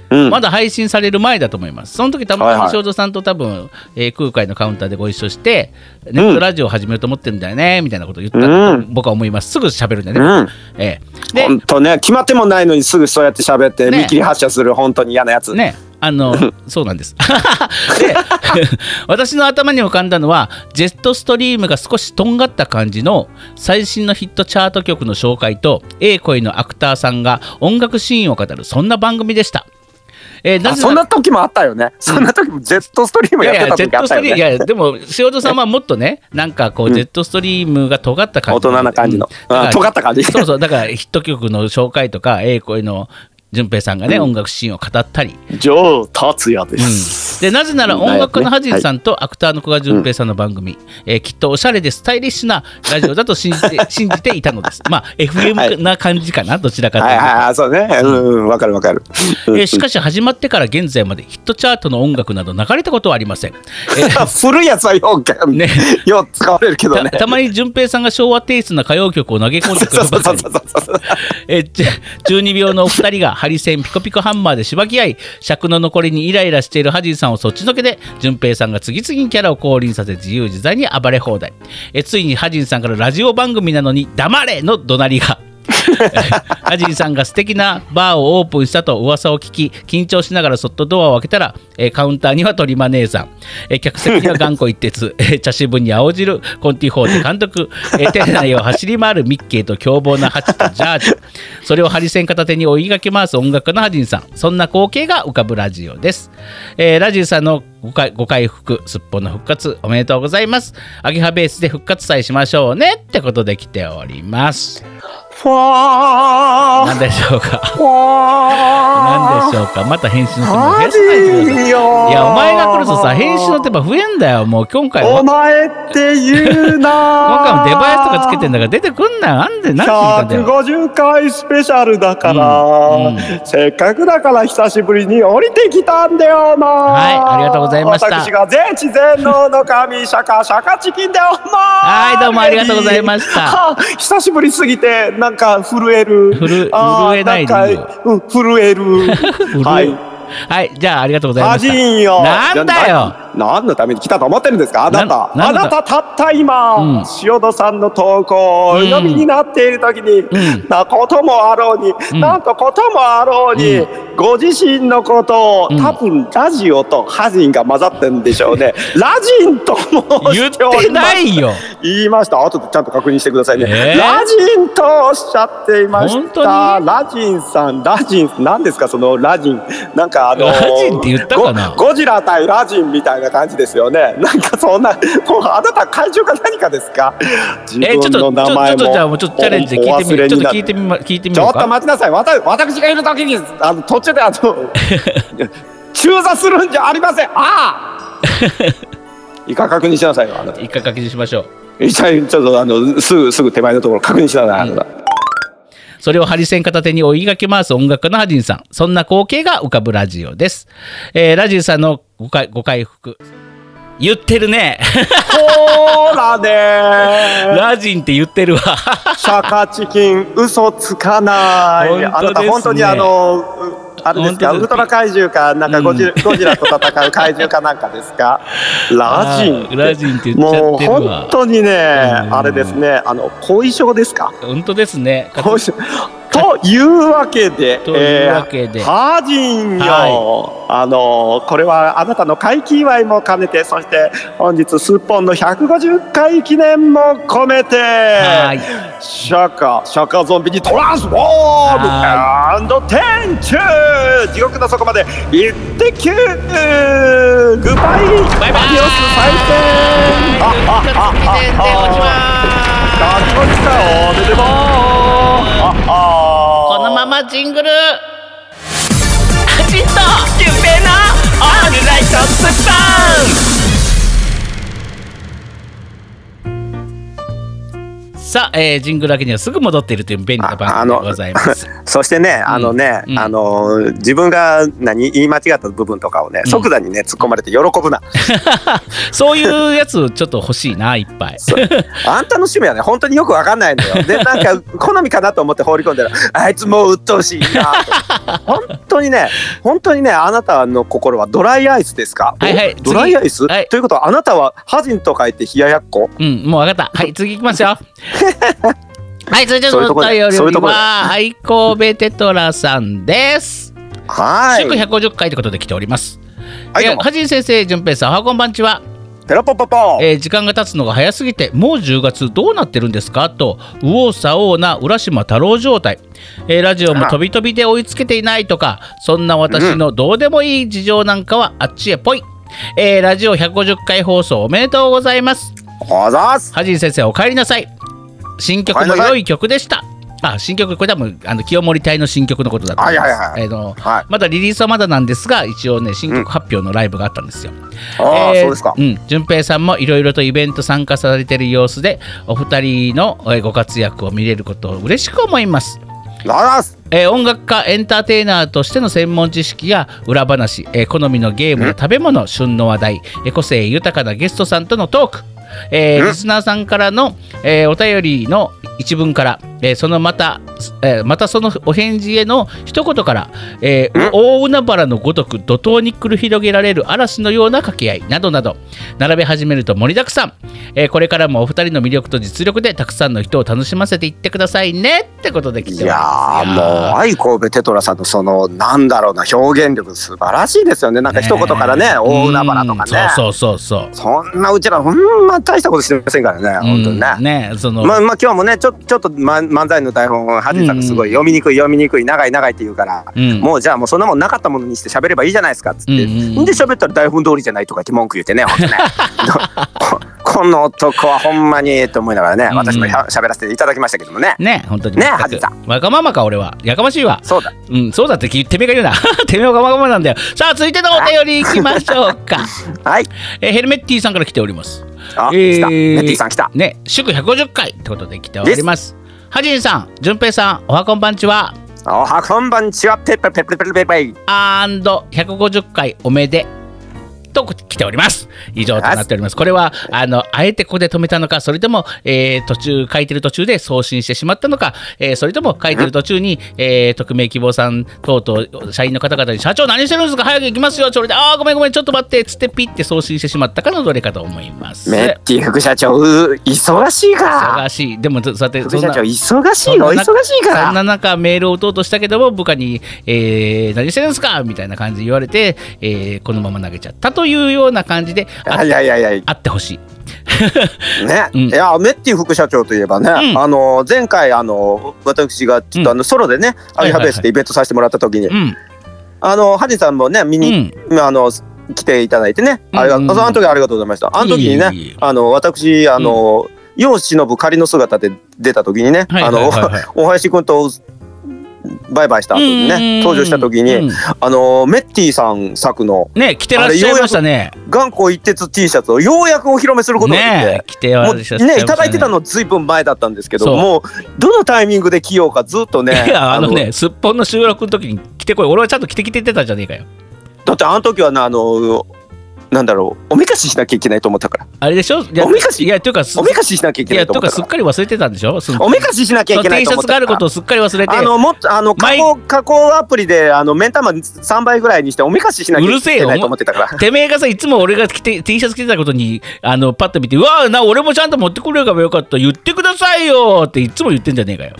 [SPEAKER 2] うん
[SPEAKER 1] まだ配信される前だと思いますその時た
[SPEAKER 2] は
[SPEAKER 1] ま
[SPEAKER 2] い
[SPEAKER 1] た
[SPEAKER 2] は
[SPEAKER 1] ま
[SPEAKER 2] い
[SPEAKER 1] 正蔵さんと多分、えー空海のカウンターでご一緒してネットラジオを始めようと思ってるんだよね、みたいなことを言った
[SPEAKER 2] う
[SPEAKER 1] と
[SPEAKER 2] ん
[SPEAKER 1] 僕は思いますすぐ喋るんだよね、
[SPEAKER 2] うん。
[SPEAKER 1] ええで
[SPEAKER 2] 本当ね、決まってもないのにすぐそうやって喋って、
[SPEAKER 1] ね
[SPEAKER 2] 見切り発車する、本当に嫌なやつ。
[SPEAKER 1] ねあ
[SPEAKER 2] (laughs)
[SPEAKER 1] のそうなんです (laughs) で私の頭に浮かんだのはジェットストリームが少しとんがった感じの最新のヒットチャート曲の紹介と A 恋のアクターさんが音楽シーンを語るそんな番組でした。えー
[SPEAKER 2] あ
[SPEAKER 1] なぜ
[SPEAKER 2] そん
[SPEAKER 1] なら
[SPEAKER 2] な時もあったよね。そんな時もジェットストリーム
[SPEAKER 1] い
[SPEAKER 2] やっ
[SPEAKER 1] やい
[SPEAKER 2] て
[SPEAKER 1] や
[SPEAKER 2] た
[SPEAKER 1] ジェ
[SPEAKER 2] 時
[SPEAKER 1] ッ
[SPEAKER 2] あっ
[SPEAKER 1] トス
[SPEAKER 2] た
[SPEAKER 1] ト
[SPEAKER 2] よ
[SPEAKER 1] リームい
[SPEAKER 2] ね。
[SPEAKER 1] やでも塩戸さんはもっと
[SPEAKER 2] (laughs)
[SPEAKER 1] ねなんかこうジェットストリームが尖った感
[SPEAKER 2] 大
[SPEAKER 1] じ、
[SPEAKER 2] 人な感じの。
[SPEAKER 1] うん
[SPEAKER 2] うん、尖った感じ。 (laughs)
[SPEAKER 1] そうそうだからヒット曲の紹介とか A 恋の淳平さんがね、音楽シーンを語ったり、
[SPEAKER 2] ジョー達也で
[SPEAKER 1] でなぜなら音楽家のハジンさんとアクターの古賀淳平さんの番組、えーきっとおしゃれでスタイリッシュなラジオだと信じ
[SPEAKER 2] (laughs)
[SPEAKER 1] て信じていたのです。まあ、
[SPEAKER 2] はい
[SPEAKER 1] FM な感じかな、どちらかと
[SPEAKER 2] はいいう
[SPEAKER 1] と。
[SPEAKER 2] はいはい、そうね。うんうん、わかるわかる。うん
[SPEAKER 1] えーしかし始まってから現在までヒットチャートの音楽など流れたことはありません。えー
[SPEAKER 2] (laughs) 古いやつはよう、
[SPEAKER 1] ね
[SPEAKER 2] よう使われるけど
[SPEAKER 1] た
[SPEAKER 2] ね。
[SPEAKER 1] たまに淳平さんが昭和テイストな歌謡曲を投げ込んでくるばかりえーじゅ12秒のお二人がハリセンピコピコハンマーでしばき合い尺の残りにイライラしているハジンさんをそっちのけで順平さんが次々にキャラを降臨させ自由自在に暴れ放題えついにハジンさんからラジオ番組なのに「黙れ!」の怒鳴り
[SPEAKER 2] (laughs)
[SPEAKER 1] が。ハジンさんが素敵なバーをオープンしたと噂を聞き緊張しながらそっとドアを開けたら、えーカウンターには鳥マネーさん、えー客席には頑固一徹、 (laughs) えー茶渋に青汁コンティフォーテ監督、えー店内を走り回るミッケーと凶暴なハチとジャージそれをハリセン片手に追いかけ回す音楽家のハジンさんそんな光景が浮かぶラジオです、えーラジンさんのご回ご回復すっぽんの復活おめでとうございますアゲハベースで復活さえしましょうねってことで来ております
[SPEAKER 2] ファー
[SPEAKER 1] 何でしょうか
[SPEAKER 2] ファー
[SPEAKER 1] 何でしょうかまた編集の手間増
[SPEAKER 2] ハ
[SPEAKER 1] やさないでください
[SPEAKER 2] ジンよ
[SPEAKER 1] いやお前が来るとさ編集の手間増えんだよもう今回は
[SPEAKER 2] お前って言うな
[SPEAKER 1] 今回もデバイスとかつけてんだから出てくんなよなんで何聞いたんだよ
[SPEAKER 2] 150回スペシャルだから、
[SPEAKER 1] うんうん
[SPEAKER 2] せっかくだから久しぶりに降りてきたんだよな
[SPEAKER 1] はいありがとうございました
[SPEAKER 2] 私が全知全能の神シャカシャカチキンだよな
[SPEAKER 1] はいどうもありがとうございました
[SPEAKER 2] はあ久しぶりすぎてなんか震える
[SPEAKER 1] ふる
[SPEAKER 2] あー
[SPEAKER 1] 震えないでいいよ
[SPEAKER 2] んかうん震える
[SPEAKER 1] (laughs) 震え
[SPEAKER 2] はい
[SPEAKER 1] はいじゃあありがとうございま
[SPEAKER 2] パ
[SPEAKER 1] し
[SPEAKER 2] ジ
[SPEAKER 1] た
[SPEAKER 2] ンよ
[SPEAKER 1] なんだよ
[SPEAKER 2] な何のために来たと思ってるんですかあなた
[SPEAKER 1] な
[SPEAKER 2] あ
[SPEAKER 1] なんだ
[SPEAKER 2] なたたった今、
[SPEAKER 1] うん
[SPEAKER 2] 塩田さんの投稿をお読みになっている時に、
[SPEAKER 1] ん
[SPEAKER 2] なこともあろうに、
[SPEAKER 1] うん
[SPEAKER 2] なんとこともあろうに、
[SPEAKER 1] う
[SPEAKER 2] ご自身のことを、
[SPEAKER 1] うん
[SPEAKER 2] 多分ラジオとハジンが混ざってるんでしょうねラジンと申
[SPEAKER 1] 言っ
[SPEAKER 2] してお
[SPEAKER 1] て
[SPEAKER 2] りま
[SPEAKER 1] な
[SPEAKER 2] す
[SPEAKER 1] いよ
[SPEAKER 2] 言いました後でちゃんと確認してくださいね、
[SPEAKER 1] えー
[SPEAKER 2] ラジンとおっしゃっていまし
[SPEAKER 1] 本当
[SPEAKER 2] たラジンさんラジン何ですかそのラジンなんかあの
[SPEAKER 1] ラジンって言ったかな
[SPEAKER 2] ゴゴジラ対ラジンみたいな感じですよねなんかそんなもうあなた会長か何かですか自
[SPEAKER 1] えちょっと
[SPEAKER 2] 分
[SPEAKER 1] ちょ
[SPEAKER 2] の
[SPEAKER 1] っと
[SPEAKER 2] 名
[SPEAKER 1] ちょっ
[SPEAKER 2] 前も
[SPEAKER 1] とじゃあもうちょっとチャレンジで聞いてみる
[SPEAKER 2] お忘れ
[SPEAKER 1] ちょっと
[SPEAKER 2] にな
[SPEAKER 1] 聞いてみま聞いてみ
[SPEAKER 2] ち
[SPEAKER 1] よ
[SPEAKER 2] ょ
[SPEAKER 1] う
[SPEAKER 2] っと
[SPEAKER 1] か
[SPEAKER 2] 待ちなさいわた私がいる時にあの途中で
[SPEAKER 1] (laughs)
[SPEAKER 2] あの中座するんじゃありませんあ
[SPEAKER 1] (laughs)
[SPEAKER 2] あいいか確認しなさいよあなた
[SPEAKER 1] 一回確認しましょう
[SPEAKER 2] 一応ちょっとあのすぐすぐ手前のところ確認しなさい、あなた
[SPEAKER 1] それをハリセン片手に追いかけ回す音楽家のハジンさんそんな光景が浮かぶラジオです、えーラジンさんのご回ご回復言ってるね
[SPEAKER 2] ほーらねー
[SPEAKER 1] ラジンって言ってるわ
[SPEAKER 2] シャカチキン嘘つかない、あ
[SPEAKER 1] 本当です
[SPEAKER 2] なた
[SPEAKER 1] ね
[SPEAKER 2] 本当にあのうあれですか
[SPEAKER 1] 本当です
[SPEAKER 2] ウルトラ怪獣かなんかゴジ,、ゴジラと戦う怪獣かなんかですかラジンって
[SPEAKER 1] あーラジンって言っちゃ
[SPEAKER 2] も
[SPEAKER 1] っ
[SPEAKER 2] う
[SPEAKER 1] てるわ
[SPEAKER 2] 本当にね
[SPEAKER 1] ん
[SPEAKER 2] あれですねあの後遺症ですか
[SPEAKER 1] 本当ですね
[SPEAKER 2] 後遺症 (laughs) というわけで、
[SPEAKER 1] というわけで
[SPEAKER 2] えーハージンよ、
[SPEAKER 1] は
[SPEAKER 2] あのーこれはあなたの会期祝いも兼ねて、そして本日スッポンの150回記念も込めて、
[SPEAKER 1] はい
[SPEAKER 2] シャカ、シャカゾンビにトランスフォーム
[SPEAKER 1] は
[SPEAKER 2] アンド天中地獄の底まで行ってきゅーグ
[SPEAKER 1] バイ
[SPEAKER 2] ッバイ
[SPEAKER 1] バイ
[SPEAKER 2] アディオス再生あああああこんにちはおめでとうああ
[SPEAKER 1] このままジングルさあ、えージングルだけにはすぐ戻っているという便利な番組でござい
[SPEAKER 2] (laughs)
[SPEAKER 1] ます。
[SPEAKER 2] そしてね、あのね、
[SPEAKER 1] うん
[SPEAKER 2] あの自分が何言い間違った部分とかをね、
[SPEAKER 1] うん
[SPEAKER 2] 即座にね突っ込まれて喜ぶな。
[SPEAKER 1] そういうやつちょっと欲しいな、いっぱい。
[SPEAKER 2] あんたの趣味はね本当によくわかんないのよ。でなんか好みかなと思って放り込んだら、あいつもう鬱陶しいなと。本当にね、本当にねあなたの心はドライアイスですか。
[SPEAKER 1] はいはい
[SPEAKER 2] おドライアイス、
[SPEAKER 1] 次はい
[SPEAKER 2] ということはあなたはハジンと書いて冷ややっこ。
[SPEAKER 1] うん、もう分かった。はい、次行き
[SPEAKER 2] (laughs)
[SPEAKER 1] ますよ。はい、それじゃあ
[SPEAKER 2] そういう
[SPEAKER 1] お
[SPEAKER 2] とこだ
[SPEAKER 1] 便
[SPEAKER 2] そう
[SPEAKER 1] り
[SPEAKER 2] いうとこだ
[SPEAKER 1] は、はい、神戸テトラさんです。
[SPEAKER 2] はい。
[SPEAKER 1] 祝150回ということで来ております。
[SPEAKER 2] はい
[SPEAKER 1] え
[SPEAKER 2] どうも
[SPEAKER 1] はじい先生、じゅんぺいさん、おはこんばんちは。
[SPEAKER 2] ペラポポポ。
[SPEAKER 1] えー時間が経つのが早すぎてもう10月どうなってるんですかと右往左往な浦島太郎状態、えーラジオも
[SPEAKER 2] あ
[SPEAKER 1] 飛び飛びで追いつけていないとかそんな私のどうでもいい事情なんかはあっちへぽい、えーラジオ150回放送おめでとうございます
[SPEAKER 2] あざーす。
[SPEAKER 1] はじい先生お帰りなさい新曲も
[SPEAKER 2] お帰りなさい
[SPEAKER 1] 良い曲でしたあ新曲これ多分あの清盛隊の新曲のことだと思います、
[SPEAKER 2] はいはいはい
[SPEAKER 1] えーの
[SPEAKER 2] はい。
[SPEAKER 1] まだリリースはまだなんですが一応ね新曲発表のライブがあったんですよ、
[SPEAKER 2] ああ、
[SPEAKER 1] えー
[SPEAKER 2] そうですか。
[SPEAKER 1] うん、順平さんもいろいろとイベント参加されている様子でお二人のえーご活躍を見れることを嬉しく思います、
[SPEAKER 2] あざーす。
[SPEAKER 1] えー音楽家エンターテイナーとしての専門知識や裏話、えー好みのゲームや食べ物旬の話題、えー個性豊かなゲストさんとのトーク、えー
[SPEAKER 2] うん
[SPEAKER 1] リスナーさんからの、えーお便りの一文からえーそのまた、えーまたそのお返事への一言から、えー大海原のごとく怒涛に繰り広げられる嵐のような掛け合いなどなど並べ始めると盛りだくさん、えーこれからもお二人の魅力と実力でたくさんの人を楽しませていってくださいねってことで来
[SPEAKER 2] い
[SPEAKER 1] ており
[SPEAKER 2] や
[SPEAKER 1] ます
[SPEAKER 2] ーもう愛神戸テトラさんのそのなんだろうな表現力素晴らしいですよねなんか一言からね大海原とか
[SPEAKER 1] うん
[SPEAKER 2] ね
[SPEAKER 1] そうそうそうそう
[SPEAKER 2] そんなうちらほんま大したことしてませんからね本当にね。
[SPEAKER 1] うんねその、
[SPEAKER 2] まあまあ今日もねちょちょっと、ま、漫才の台本をハジさんがすごい読みにくい読みにくい長い長いって言うから、
[SPEAKER 1] うん
[SPEAKER 2] もうじゃあもうそんなもんなかったものにして喋ればいいじゃないですかっつって、
[SPEAKER 1] うんうんうん
[SPEAKER 2] で喋ったら台本通りじゃないとか言って文句言ってねほんとねここの男はほんまにと思いながらね
[SPEAKER 1] うん
[SPEAKER 2] 私もしゃ喋らせていただきましたけどもね、
[SPEAKER 1] ね本当に
[SPEAKER 2] ね
[SPEAKER 1] 全く
[SPEAKER 2] ハジさ
[SPEAKER 1] わがままか俺はやかましいわ
[SPEAKER 2] そうだ
[SPEAKER 1] うんそうだってきてめえが言うな (laughs) てめえはわがままなんだよさあ続いてのお便りいきましょうか (laughs)
[SPEAKER 2] はい
[SPEAKER 1] えーヘルメッティさんから来ております
[SPEAKER 2] あ、
[SPEAKER 1] えー
[SPEAKER 2] 来たネッティさん来た
[SPEAKER 1] ね祝150回ってことで来ておりますハジンさん順平さんおはこんばんちは
[SPEAKER 2] おはこんばんちはペッペッペッペッペッペッペッペ
[SPEAKER 1] アンド150回おめでと来ております以上となっておりますこれはあのあえてここで止めたのかそれとも、えー途中書いてる途中で送信してしまったのか、えーそれとも書いてる途中に、えー匿名希望さん等々社員の方々に「社長何してるんですか早く行きますよ」それで「ああごめんごめんちょっと待って」つってピッて送信してしまったかのどれかと思います
[SPEAKER 2] メッティ副社長うー忙しいから
[SPEAKER 1] 忙しいでもそうやって
[SPEAKER 2] 副
[SPEAKER 1] そん
[SPEAKER 2] 社
[SPEAKER 1] な
[SPEAKER 2] 長忙し
[SPEAKER 1] そん
[SPEAKER 2] いよ
[SPEAKER 1] な
[SPEAKER 2] 忙し
[SPEAKER 1] 中
[SPEAKER 2] いから
[SPEAKER 1] そんな中メールを打とうとしたけども部下に、えー何してるんですかみたいな感じで言われて、えーこのまま投げちゃったというような感じであ
[SPEAKER 2] いやいやいやい
[SPEAKER 1] あってほしい。
[SPEAKER 2] やね、
[SPEAKER 1] うん
[SPEAKER 2] いやメッティ副社長といえばね、
[SPEAKER 1] うん
[SPEAKER 2] あの前回あの私がちょっとあのソロでね、アリハベースでイベントさせてもらった時に、
[SPEAKER 1] うん
[SPEAKER 2] あのハジさんもね見
[SPEAKER 1] う
[SPEAKER 2] に、
[SPEAKER 1] ん
[SPEAKER 2] あの来ていただいてね、ありが
[SPEAKER 1] うん
[SPEAKER 2] あの時はありがとうございました。あの時にね、
[SPEAKER 1] いえいえいえ
[SPEAKER 2] あの私あの、世を忍ぶ仮の姿で出た時にね、
[SPEAKER 1] はいは
[SPEAKER 2] あ
[SPEAKER 1] い
[SPEAKER 2] の (laughs)
[SPEAKER 1] はいはい
[SPEAKER 2] お大林君とバイバイした後にね、登場した時に、
[SPEAKER 1] うん
[SPEAKER 2] あのメッティさん作の
[SPEAKER 1] ね着てらっしゃいましたね。
[SPEAKER 2] 頑固一徹 T シャツをようやくお披露目することができて。
[SPEAKER 1] ね着てらっし
[SPEAKER 2] も
[SPEAKER 1] ゃいま
[SPEAKER 2] うね
[SPEAKER 1] したね。
[SPEAKER 2] いただいてたのずいぶん前だったんですけ
[SPEAKER 1] そ
[SPEAKER 2] ど
[SPEAKER 1] う
[SPEAKER 2] もうどのタイミングで着ようかずっとね
[SPEAKER 1] (laughs) いやあのねすっぽんの収録の時に着てこい俺はちゃんと着てきてってたじゃねえかよ。
[SPEAKER 2] だってあの時はなあのなんだろうおめかししなきゃいけないと思ったから
[SPEAKER 1] あれでしょいや
[SPEAKER 2] おめかし
[SPEAKER 1] いやというかす
[SPEAKER 2] おめかししなきゃい
[SPEAKER 1] い
[SPEAKER 2] けな
[SPEAKER 1] や
[SPEAKER 2] いと
[SPEAKER 1] と
[SPEAKER 2] 思
[SPEAKER 1] いう
[SPEAKER 2] った
[SPEAKER 1] かすっ
[SPEAKER 2] から
[SPEAKER 1] かり忘れてたんでしょその
[SPEAKER 2] おめかししなきゃい
[SPEAKER 1] そ
[SPEAKER 2] け
[SPEAKER 1] の
[SPEAKER 2] ない
[SPEAKER 1] T シ
[SPEAKER 2] と思
[SPEAKER 1] ャツ
[SPEAKER 2] った
[SPEAKER 1] が
[SPEAKER 2] か
[SPEAKER 1] あるこ
[SPEAKER 2] ら
[SPEAKER 1] とをすっかり忘れて
[SPEAKER 2] あのもっとあの加工加工アプリであの目ん玉3倍ぐらいにしておめかししなきゃいけないと思ってたから
[SPEAKER 1] てめえがさいつも俺が着て T シャツ着てたことにあのパッと見て「うわあな俺もちゃんと持ってくればよかった言ってくださいよ」っていつも言ってんじゃねえかよ。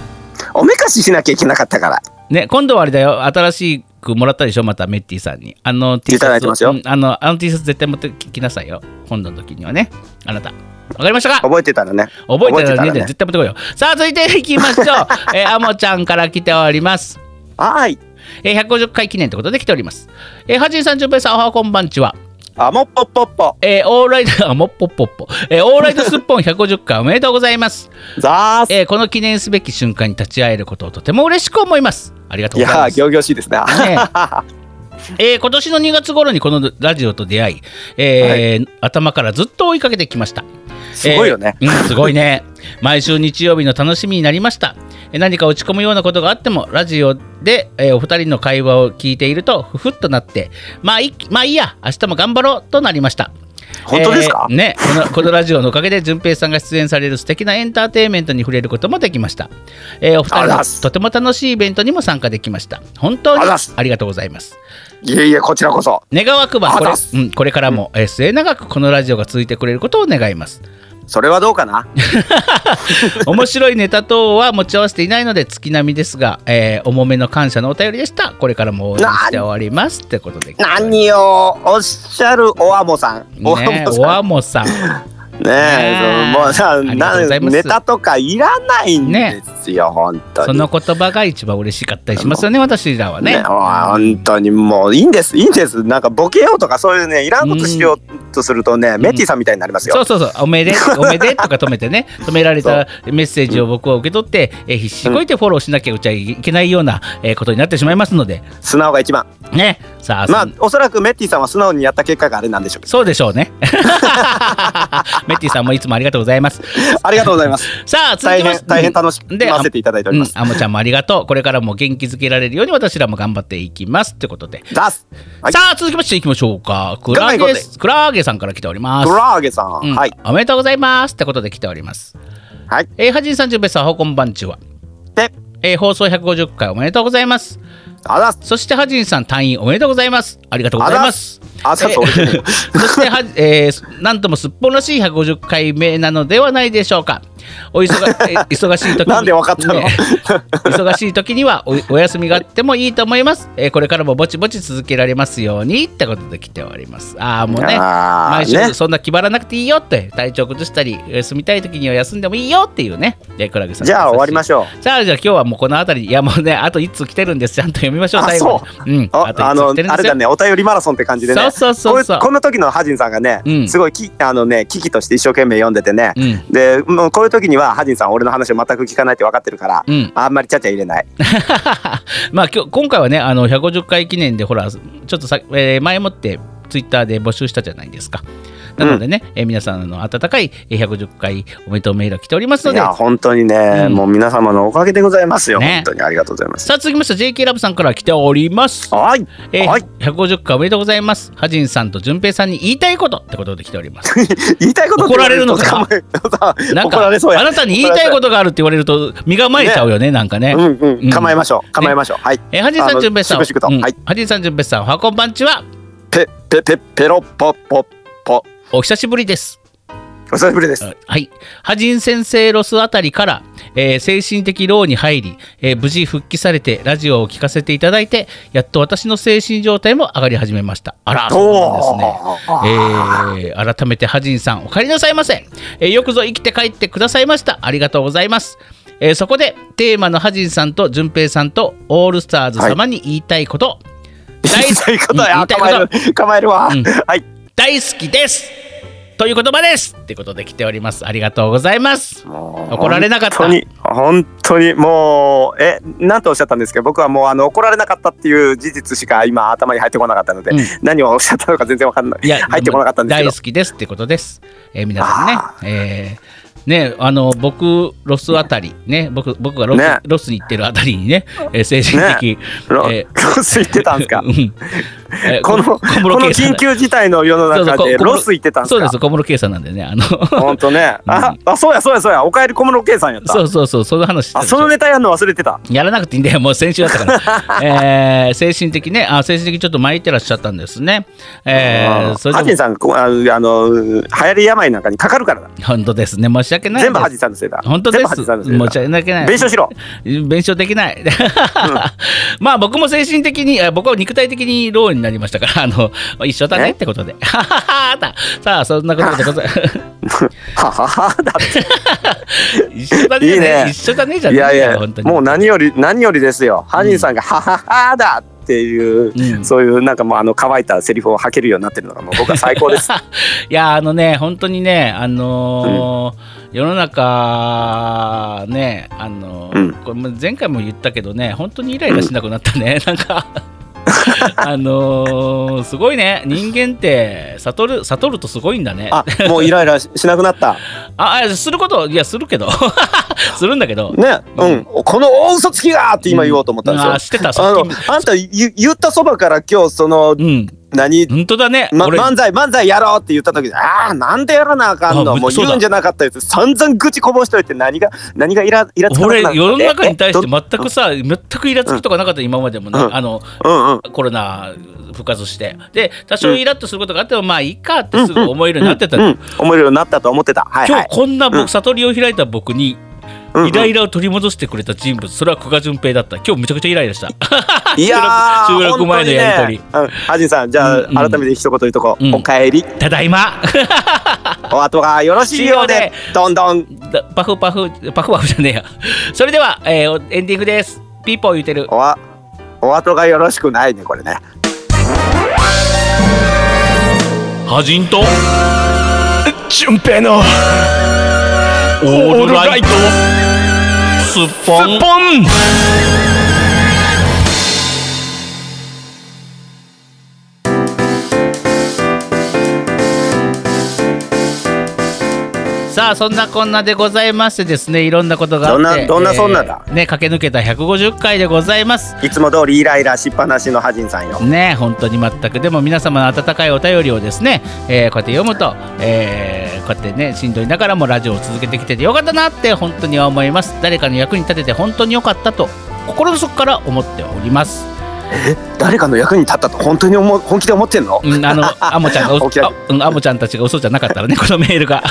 [SPEAKER 2] おめかししなきゃいけなかったから
[SPEAKER 1] ね今度はあれだよ新しくもらったでしょまたメッティさんに。あの T シャツ
[SPEAKER 2] いただいてますよ
[SPEAKER 1] うんあのあの T シャツ絶対持ってきなさいよ今度の時にはねあなた。わかりましたか
[SPEAKER 2] 覚えてたらね
[SPEAKER 1] 覚えてたら
[SPEAKER 2] 覚
[SPEAKER 1] ね
[SPEAKER 2] えてたら
[SPEAKER 1] 絶対持ってこいよ。さあ続いていきま
[SPEAKER 2] (laughs)
[SPEAKER 1] しょう。えー、アモちゃんから来ております。
[SPEAKER 2] はい
[SPEAKER 1] えー、150回記念ということで来ております。えー、はじんさん、じゅんぺいさん、おはこんばんちは。
[SPEAKER 2] あもっぽっぽっぽ
[SPEAKER 1] えー、オーライト、あ、もっぽっぽっぽ。えー、オーライトスッポン150回おめでとうございます。
[SPEAKER 2] (laughs) ザース
[SPEAKER 1] えー、この記念すべき瞬間に立ち会えることをとても嬉しく思います。ありがと
[SPEAKER 2] いう
[SPEAKER 1] ござい
[SPEAKER 2] や
[SPEAKER 1] ま
[SPEAKER 2] ー
[SPEAKER 1] す。
[SPEAKER 2] 行々しいですね
[SPEAKER 1] ね
[SPEAKER 2] (laughs)
[SPEAKER 1] えー今年の2月頃にこのラジオと出会い、えー頭からずっと追いかけてきました。
[SPEAKER 2] すごいよね
[SPEAKER 1] えーうんすごいね。毎週日曜日の楽しみになりました。えー何か落ち込むようなことがあっても、ラジオで、えーお二人の会話を聞いていると、ふふっとなって、まあいい、まあいいや、明日も頑張ろうとなりました。
[SPEAKER 2] 本当ですか
[SPEAKER 1] えーねこの、このラジオのおかげで、淳平さんが出演される素敵なエンターテインメントに触れることもできました。えーお二
[SPEAKER 2] あ
[SPEAKER 1] 人
[SPEAKER 2] りがとうござい
[SPEAKER 1] の
[SPEAKER 2] ます
[SPEAKER 1] とても楽しいイベントにも参加できました。本当
[SPEAKER 2] ありが
[SPEAKER 1] に
[SPEAKER 2] とうございます
[SPEAKER 1] ありがとうございます。
[SPEAKER 2] いえいえこちらこそ
[SPEAKER 1] 願わくばこれ,、
[SPEAKER 2] あざっす
[SPEAKER 1] うん、これからも、えー末永くこのラジオが続いてくれることを願います。 (laughs)
[SPEAKER 2] それはどうかな
[SPEAKER 1] 面白いネタ等は持ち合わせていないので月並みですが、えー重めの感謝のお便りでした。これからも応援しておりますってことで。
[SPEAKER 2] (laughs) 何をおっしゃるおあもさん。おあ
[SPEAKER 1] ね
[SPEAKER 2] も
[SPEAKER 1] お
[SPEAKER 2] さ
[SPEAKER 1] わ
[SPEAKER 2] ん。
[SPEAKER 1] もさん。
[SPEAKER 2] ねえ、
[SPEAKER 1] ねえ
[SPEAKER 2] もうさ、
[SPEAKER 1] りがとうござ
[SPEAKER 2] ない
[SPEAKER 1] ます
[SPEAKER 2] ネタとかいらないんですよ、本当
[SPEAKER 1] そ
[SPEAKER 2] に。
[SPEAKER 1] の言葉が一番嬉しかったりしますよね、私らはね。
[SPEAKER 2] ね、もう本当にもういいんです、いいんです。なんかボケようとかそういうね、いらんことしようとするとね、メッティさんみたいになります
[SPEAKER 1] そ
[SPEAKER 2] よ
[SPEAKER 1] う。そうそう、お
[SPEAKER 2] (laughs)
[SPEAKER 1] めで、おめでとか止めてね、止められたメッセージを僕は受け取って、えー必死こいてフォローしなきゃうちゃいけないような、えーことになってしまいますので、
[SPEAKER 2] 素直が一番。
[SPEAKER 1] ね、さあ、
[SPEAKER 2] ま
[SPEAKER 1] そ
[SPEAKER 2] あ
[SPEAKER 1] ん、
[SPEAKER 2] おそらくメッティさんは素直にやった結果があれなんでしょうけ
[SPEAKER 1] そうでしょう
[SPEAKER 2] (laughs)
[SPEAKER 1] ね。メッティさんもいつもありがとうございます。
[SPEAKER 2] ど。ありがとうございます。
[SPEAKER 1] さあ、続
[SPEAKER 2] 大
[SPEAKER 1] きま
[SPEAKER 2] 変
[SPEAKER 1] す。
[SPEAKER 2] 大変楽し
[SPEAKER 1] うんで
[SPEAKER 2] ませていただいております。
[SPEAKER 1] うん、あもちゃんもありがとう。これからも元気づけられるように私らも頑張っていきます。ということで。
[SPEAKER 2] 出す。はい
[SPEAKER 1] さあ、続きましていきましょうか。ク
[SPEAKER 2] ガ
[SPEAKER 1] ラ
[SPEAKER 2] ンガン行こ
[SPEAKER 1] ゲ
[SPEAKER 2] うぜ
[SPEAKER 1] スクラゲさんから来ております。
[SPEAKER 2] ドラーゲさ
[SPEAKER 1] う
[SPEAKER 2] ん。
[SPEAKER 1] ん
[SPEAKER 2] はい。
[SPEAKER 1] おめでとうございます。ってことで来ております。
[SPEAKER 2] はい。
[SPEAKER 1] えー、はじんさん、じゅんべいさん、ほこんばんちは。えー放送150回おめでとうございます。
[SPEAKER 2] あざっす
[SPEAKER 1] そしてハジンさん退院おめでとうございます。ありがとうございます。
[SPEAKER 2] あざっす俺じゃねえよ
[SPEAKER 1] (laughs) そしては、えー、なんともすっぽんらしい150回目なのではないでしょうか。お
[SPEAKER 2] (laughs)
[SPEAKER 1] 忙えー忙しい時に
[SPEAKER 2] なんでわかったの
[SPEAKER 1] 忙しい時にはおお休みがあってもいいと思います。えーこれからもぼちぼち続けられますようにってことで来ております。ああもうね
[SPEAKER 2] あー
[SPEAKER 1] 毎
[SPEAKER 2] ね
[SPEAKER 1] 週そんな気張らなくていいよって体調崩したり休みたい時には休んでもいいよっていうね。で倉木さん
[SPEAKER 2] じゃあ終わりまし
[SPEAKER 1] ょう。
[SPEAKER 2] ょう
[SPEAKER 1] じゃあ、じゃあ今日はもうこの辺り、いやもう
[SPEAKER 2] (laughs)
[SPEAKER 1] ね、あと1通来てるんです。ちゃんと読みましょう、
[SPEAKER 2] あ
[SPEAKER 1] 最後に。うん、
[SPEAKER 2] あ
[SPEAKER 1] と一
[SPEAKER 2] あ
[SPEAKER 1] 通
[SPEAKER 2] の
[SPEAKER 1] 来てるん
[SPEAKER 2] あ
[SPEAKER 1] で
[SPEAKER 2] れ
[SPEAKER 1] すよ
[SPEAKER 2] だ。ねお便りマラソンって感じでね
[SPEAKER 1] そうそうそうそう
[SPEAKER 2] ここの時のハジンさんがね、
[SPEAKER 1] うん
[SPEAKER 2] すごいきあのね危機として一生懸命読んでてね、
[SPEAKER 1] うん
[SPEAKER 2] でもうこういう時にはハジンさん俺の話を全く聞かないって分かってるから、
[SPEAKER 1] うん (laughs)
[SPEAKER 2] あんまりちゃちゃ入れない
[SPEAKER 1] まあ今日今回はねあの150回記念でほらちょっとさ、えー前もってツイッターで募集したじゃないですかなのでね、えー皆さんの温かいえー150回おめでとうメールが来ておりますの
[SPEAKER 2] い
[SPEAKER 1] で
[SPEAKER 2] や本当にね、
[SPEAKER 1] うん
[SPEAKER 2] もう皆様のおかげでございますよ、
[SPEAKER 1] ね
[SPEAKER 2] 本当にありがとうございます
[SPEAKER 1] さあ続きまして JK ラブさんから来ております
[SPEAKER 2] はい、
[SPEAKER 1] えー
[SPEAKER 2] はい
[SPEAKER 1] 150回おめでとうございますハジンさんと淳平さんに言いたいことってことで来ております
[SPEAKER 2] 言いたいことって
[SPEAKER 1] 怒られるのか
[SPEAKER 2] 言われると構え
[SPEAKER 1] なん
[SPEAKER 2] 怒ら
[SPEAKER 1] か
[SPEAKER 2] れそうや (laughs)
[SPEAKER 1] あなたに言いたいことがあるって言われると身構えちゃうよねなんかね、
[SPEAKER 2] うんうん、
[SPEAKER 1] うん
[SPEAKER 2] 構えましょう構えましょう、はい
[SPEAKER 1] えーハジン
[SPEAKER 2] あ
[SPEAKER 1] さん
[SPEAKER 2] の
[SPEAKER 1] 淳平さん
[SPEAKER 2] 粛々と
[SPEAKER 1] うん
[SPEAKER 2] はい
[SPEAKER 1] ハジンさん淳平さんおはこんばんちは
[SPEAKER 2] ペペペペロポポポ
[SPEAKER 1] お久しぶりです
[SPEAKER 2] お久しぶり (laughs) です、
[SPEAKER 1] はい、羽人先生ロスあたりから、えー精神的ローに入り、えー無事復帰されてラジオを聞かせていただいてやっと私の精神状態も上がり始めましたあらそうなんですねえー改めてハジンさんお帰りなさいませ、えーよくぞ生きて帰ってくださいましたありがとうございます、えーそこでテーマのハジンさんと淳平さんとオールスターズ様に言いたいこと、
[SPEAKER 2] 言いたいことや
[SPEAKER 1] 大好き言いたいこ
[SPEAKER 2] 構
[SPEAKER 1] と
[SPEAKER 2] える構えるわ、
[SPEAKER 1] うん
[SPEAKER 2] はい
[SPEAKER 1] 大好きですという言葉ですってことで来ておりますありがとうございます怒られなかった
[SPEAKER 2] 本当に本当にもうえなんとおっしゃったんですけど僕はもうあの怒られなかったっていう事実しか今頭に入ってこなかったので、
[SPEAKER 1] うん
[SPEAKER 2] 何をおっしゃったのか全然わかんない
[SPEAKER 1] いや
[SPEAKER 2] 入ってこなかったんですけど
[SPEAKER 1] 大好きですってことです、えー皆さんね、えーねあの僕ロスあたりね僕僕がロス,、
[SPEAKER 2] ね
[SPEAKER 1] ロスに行ってるあたりにね、えー精神的、
[SPEAKER 2] ロ
[SPEAKER 1] えー
[SPEAKER 2] ロス言ってたんで
[SPEAKER 1] (laughs)
[SPEAKER 2] すか
[SPEAKER 1] うんえー
[SPEAKER 2] このこの緊急事態の世の
[SPEAKER 1] そうそう
[SPEAKER 2] 中
[SPEAKER 1] こ
[SPEAKER 2] で
[SPEAKER 1] 小室
[SPEAKER 2] ロス言ってたんです
[SPEAKER 1] そうで
[SPEAKER 2] か
[SPEAKER 1] す小室圭さんなんでねあの
[SPEAKER 2] 本当ねああそうやそうやそうやおかえり小室圭さんやっ
[SPEAKER 1] (laughs)
[SPEAKER 2] た
[SPEAKER 1] そうそうそうその話してた
[SPEAKER 2] あ
[SPEAKER 1] でしょ
[SPEAKER 2] そのネタやんの忘れてた
[SPEAKER 1] やらなくていいんだよ、も (laughs) う先週だった
[SPEAKER 2] (laughs)
[SPEAKER 1] から。えー精神的ね、あ精神的にちょっと巻いてらっしゃったんですね。えー、そ
[SPEAKER 2] ハ
[SPEAKER 1] れ
[SPEAKER 2] ジ
[SPEAKER 1] で
[SPEAKER 2] ンさんこあのあの流行り病なんかにかかるからだ
[SPEAKER 1] 本当ですね、申し訳ないです。
[SPEAKER 2] 全部ハジンさんのせいだ
[SPEAKER 1] 本当で
[SPEAKER 2] 全
[SPEAKER 1] す。
[SPEAKER 2] 部ハ
[SPEAKER 1] 申
[SPEAKER 2] ジンさんのせいだ
[SPEAKER 1] し訳ない。
[SPEAKER 2] 弁償しろ
[SPEAKER 1] 弁償できない。 (laughs) まあ僕も精神的に、あ僕は肉体的にローになりましたから、あの一緒だねってことで。 (laughs) はははださあ、そんなことでござい
[SPEAKER 2] (laughs) はははだって
[SPEAKER 1] 一緒だね
[SPEAKER 2] いいね
[SPEAKER 1] 一緒だねじゃ
[SPEAKER 2] いやい
[SPEAKER 1] ない
[SPEAKER 2] や
[SPEAKER 1] よ、本当に。
[SPEAKER 2] もう何より何よりですよハジンさんが「ははは」だっていう、
[SPEAKER 1] うん
[SPEAKER 2] そういうなんかもうあの乾いたセリフを吐けるようになってるのがもう僕は最高
[SPEAKER 1] (laughs)
[SPEAKER 2] です
[SPEAKER 1] いやあのね本当にねあのー世の中ねあのー
[SPEAKER 2] うん
[SPEAKER 1] これも前回も言ったけどね本当にイライラしなくなったね、なん
[SPEAKER 2] (laughs)
[SPEAKER 1] かあのーすごいね人間って悟る悟るとすごいんだね
[SPEAKER 2] あもうイライラししなくなった
[SPEAKER 1] ああすることいやする
[SPEAKER 2] (laughs)
[SPEAKER 1] けどするんだけど
[SPEAKER 2] ねうん、この大嘘つきがって今言おうと思ったんですよ、
[SPEAKER 1] あしてた
[SPEAKER 2] あ
[SPEAKER 1] そっ
[SPEAKER 2] のあんたゆ言ったそばから今日その
[SPEAKER 1] うん
[SPEAKER 2] 何
[SPEAKER 1] 本当だね、
[SPEAKER 2] ま、
[SPEAKER 1] 俺
[SPEAKER 2] 漫才漫才やろうって言った時にああなんでやらなあかん
[SPEAKER 1] あ
[SPEAKER 2] のもう
[SPEAKER 1] そうだ
[SPEAKER 2] 言うんじゃなかったやつ散々愚痴こぼしといて何が何がイライラつかな
[SPEAKER 1] 俺
[SPEAKER 2] くな
[SPEAKER 1] 世の中に対して
[SPEAKER 2] ま
[SPEAKER 1] 全くさ全くイラつくとかなかった今までもね、
[SPEAKER 2] うん
[SPEAKER 1] あの
[SPEAKER 2] うんうん
[SPEAKER 1] コロナ復活してで多少イラッとすることがあってもまあいいかってすぐ思えるようになってた
[SPEAKER 2] うん
[SPEAKER 1] の、
[SPEAKER 2] うん思えるようになったと思ってたはい
[SPEAKER 1] 今
[SPEAKER 2] は
[SPEAKER 1] 日
[SPEAKER 2] い
[SPEAKER 1] こんな僕悟りを開いた僕に
[SPEAKER 2] うんうん
[SPEAKER 1] イライラを取り戻してくれた人物それは久賀淳平だった今日めちゃくちゃイライラした
[SPEAKER 2] いやー
[SPEAKER 1] 収録前のやりとり
[SPEAKER 2] 本当にねうんハジンさんじゃあ、
[SPEAKER 1] うんうん
[SPEAKER 2] 改めて一言言うとこ、
[SPEAKER 1] うん
[SPEAKER 2] おかえり
[SPEAKER 1] ただいま (laughs)
[SPEAKER 2] お後がよろしいよう
[SPEAKER 1] ようで
[SPEAKER 2] でどんどん
[SPEAKER 1] だパフパフパフパフじゃねえやそれでは、えーエンディングですピーポー言うてる
[SPEAKER 2] おわお後がよろしくないねこれね
[SPEAKER 1] はじんと
[SPEAKER 4] 順平の
[SPEAKER 1] オールライト
[SPEAKER 4] ス
[SPEAKER 1] スッポン
[SPEAKER 4] ポン
[SPEAKER 1] さあそんなこんなでございましてですねいろんなことがあって
[SPEAKER 2] どんなどんなそんなだ
[SPEAKER 1] えーね駆け抜けた150回でございます
[SPEAKER 2] いつも通りイライラしっぱなしのハジンさんよ
[SPEAKER 1] ね本当に全くでも皆様の温かいお便りをですね、えーこうやって読むと、えーこうやってねしんどいながらもラジオを続けてきててよかったなって本当には思います誰かの役に立てて本当によかったと心の底から思っております
[SPEAKER 2] 誰かの役に立ったと本当に思う本気で思ってんの
[SPEAKER 1] うん、あの、アモちゃんが嘘、
[SPEAKER 2] 起き上が
[SPEAKER 1] あうん、アモちゃんたちが嘘じゃなかったらね、このメールが。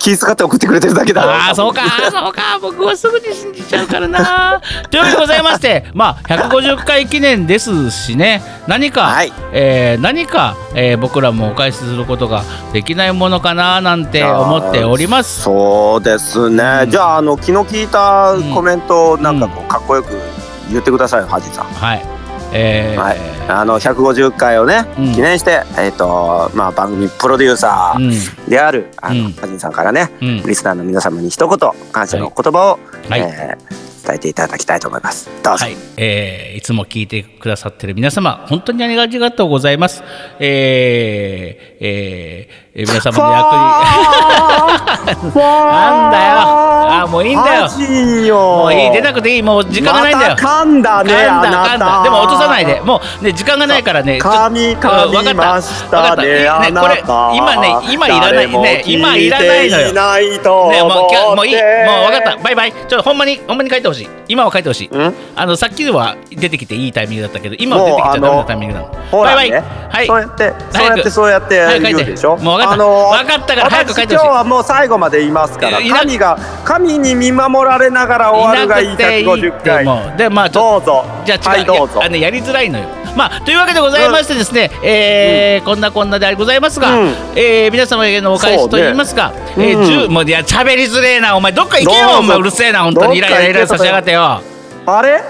[SPEAKER 2] 気遣って送ってくれてるだけだろ
[SPEAKER 1] ああ、そうか、そうか、僕はすぐに信じちゃうからな。というわけでございまして、まあ、150回記念ですしね、何か、
[SPEAKER 2] はい
[SPEAKER 1] えー何か、えー僕らもお返しすることができないものかななんて思っております。
[SPEAKER 2] そうですね、
[SPEAKER 1] うん
[SPEAKER 2] じゃああの昨日聞いたコメントをなんかこうかっこよく言ってくださいよハジさん、
[SPEAKER 1] はい。えー
[SPEAKER 2] はいあの150回をね、
[SPEAKER 1] うん
[SPEAKER 2] 記念して、えっとまあ、番組プロデューサ
[SPEAKER 1] うん、
[SPEAKER 2] ーである、あ
[SPEAKER 1] う
[SPEAKER 2] の
[SPEAKER 1] ん
[SPEAKER 2] ハジンさんからね
[SPEAKER 1] うん、
[SPEAKER 2] リスナーの皆様に一言感謝の言葉を、
[SPEAKER 1] はい
[SPEAKER 2] えー伝えていただきたいと思いますどうぞ、
[SPEAKER 1] はい、えーいつも聞いてくださってる皆様、本当にありがとうございます。えーえーえー皆様の役に。なんだよあーもういいんだよ
[SPEAKER 2] ハジよも
[SPEAKER 1] もういい、出なくていい、もう時間がないんだよ。
[SPEAKER 2] また噛んだね
[SPEAKER 1] 噛んだ
[SPEAKER 2] あな
[SPEAKER 1] 噛んだ
[SPEAKER 2] た
[SPEAKER 1] でも落とさないでもうね時間がないからねちょっと
[SPEAKER 2] 噛み
[SPEAKER 1] あわ
[SPEAKER 2] 噛
[SPEAKER 1] か
[SPEAKER 2] み
[SPEAKER 1] った
[SPEAKER 2] ましたね
[SPEAKER 1] わかったいいねこれ
[SPEAKER 2] あなた
[SPEAKER 1] 今ね今いらない
[SPEAKER 2] 誰も
[SPEAKER 1] ね今いらないのよ
[SPEAKER 2] 聞ていないと思って
[SPEAKER 1] ね、もうきゃもういいもう分かったバイバイちょっとほんまにほんまに書いてほしい今は書いてほしい
[SPEAKER 2] ん
[SPEAKER 1] あのさっきは出てきていいタイミングだったけど今は出てきちゃダメなタイミングなの
[SPEAKER 2] ほら
[SPEAKER 1] バイ
[SPEAKER 2] ね
[SPEAKER 1] バイはい
[SPEAKER 2] そうやってそうや
[SPEAKER 1] 早
[SPEAKER 2] っ
[SPEAKER 1] く
[SPEAKER 2] てそうやって
[SPEAKER 1] 早く書い
[SPEAKER 2] 言
[SPEAKER 1] て
[SPEAKER 2] うでしょ
[SPEAKER 1] もう分かった
[SPEAKER 2] ー
[SPEAKER 1] 分かったから早く書いてほしい
[SPEAKER 2] 私今日はもう最後まで言いますから
[SPEAKER 1] いな
[SPEAKER 2] 神が神に見守られながら終わるがいい
[SPEAKER 1] なくていい
[SPEAKER 2] 150
[SPEAKER 1] って
[SPEAKER 2] 回
[SPEAKER 1] もうでまあちょっと
[SPEAKER 2] どうぞ
[SPEAKER 1] じゃあ
[SPEAKER 2] は
[SPEAKER 1] 違、
[SPEAKER 2] いうどうぞ
[SPEAKER 1] あのやりづらいのよ。まあというわけでございましてですね、えーこんなこんなでございますが、
[SPEAKER 2] うん
[SPEAKER 1] えー皆様へのお返しと言いますか、
[SPEAKER 2] うね
[SPEAKER 1] え
[SPEAKER 2] うん
[SPEAKER 1] ー、じゅうもういや喋りづれえなお前どっか行け
[SPEAKER 2] どう
[SPEAKER 1] よ
[SPEAKER 2] ぞ
[SPEAKER 1] お前うるせえな本当にイラ
[SPEAKER 2] どっ
[SPEAKER 1] イ
[SPEAKER 2] か行
[SPEAKER 1] ライ
[SPEAKER 2] け
[SPEAKER 1] ライラさせやがってよ。
[SPEAKER 2] あれ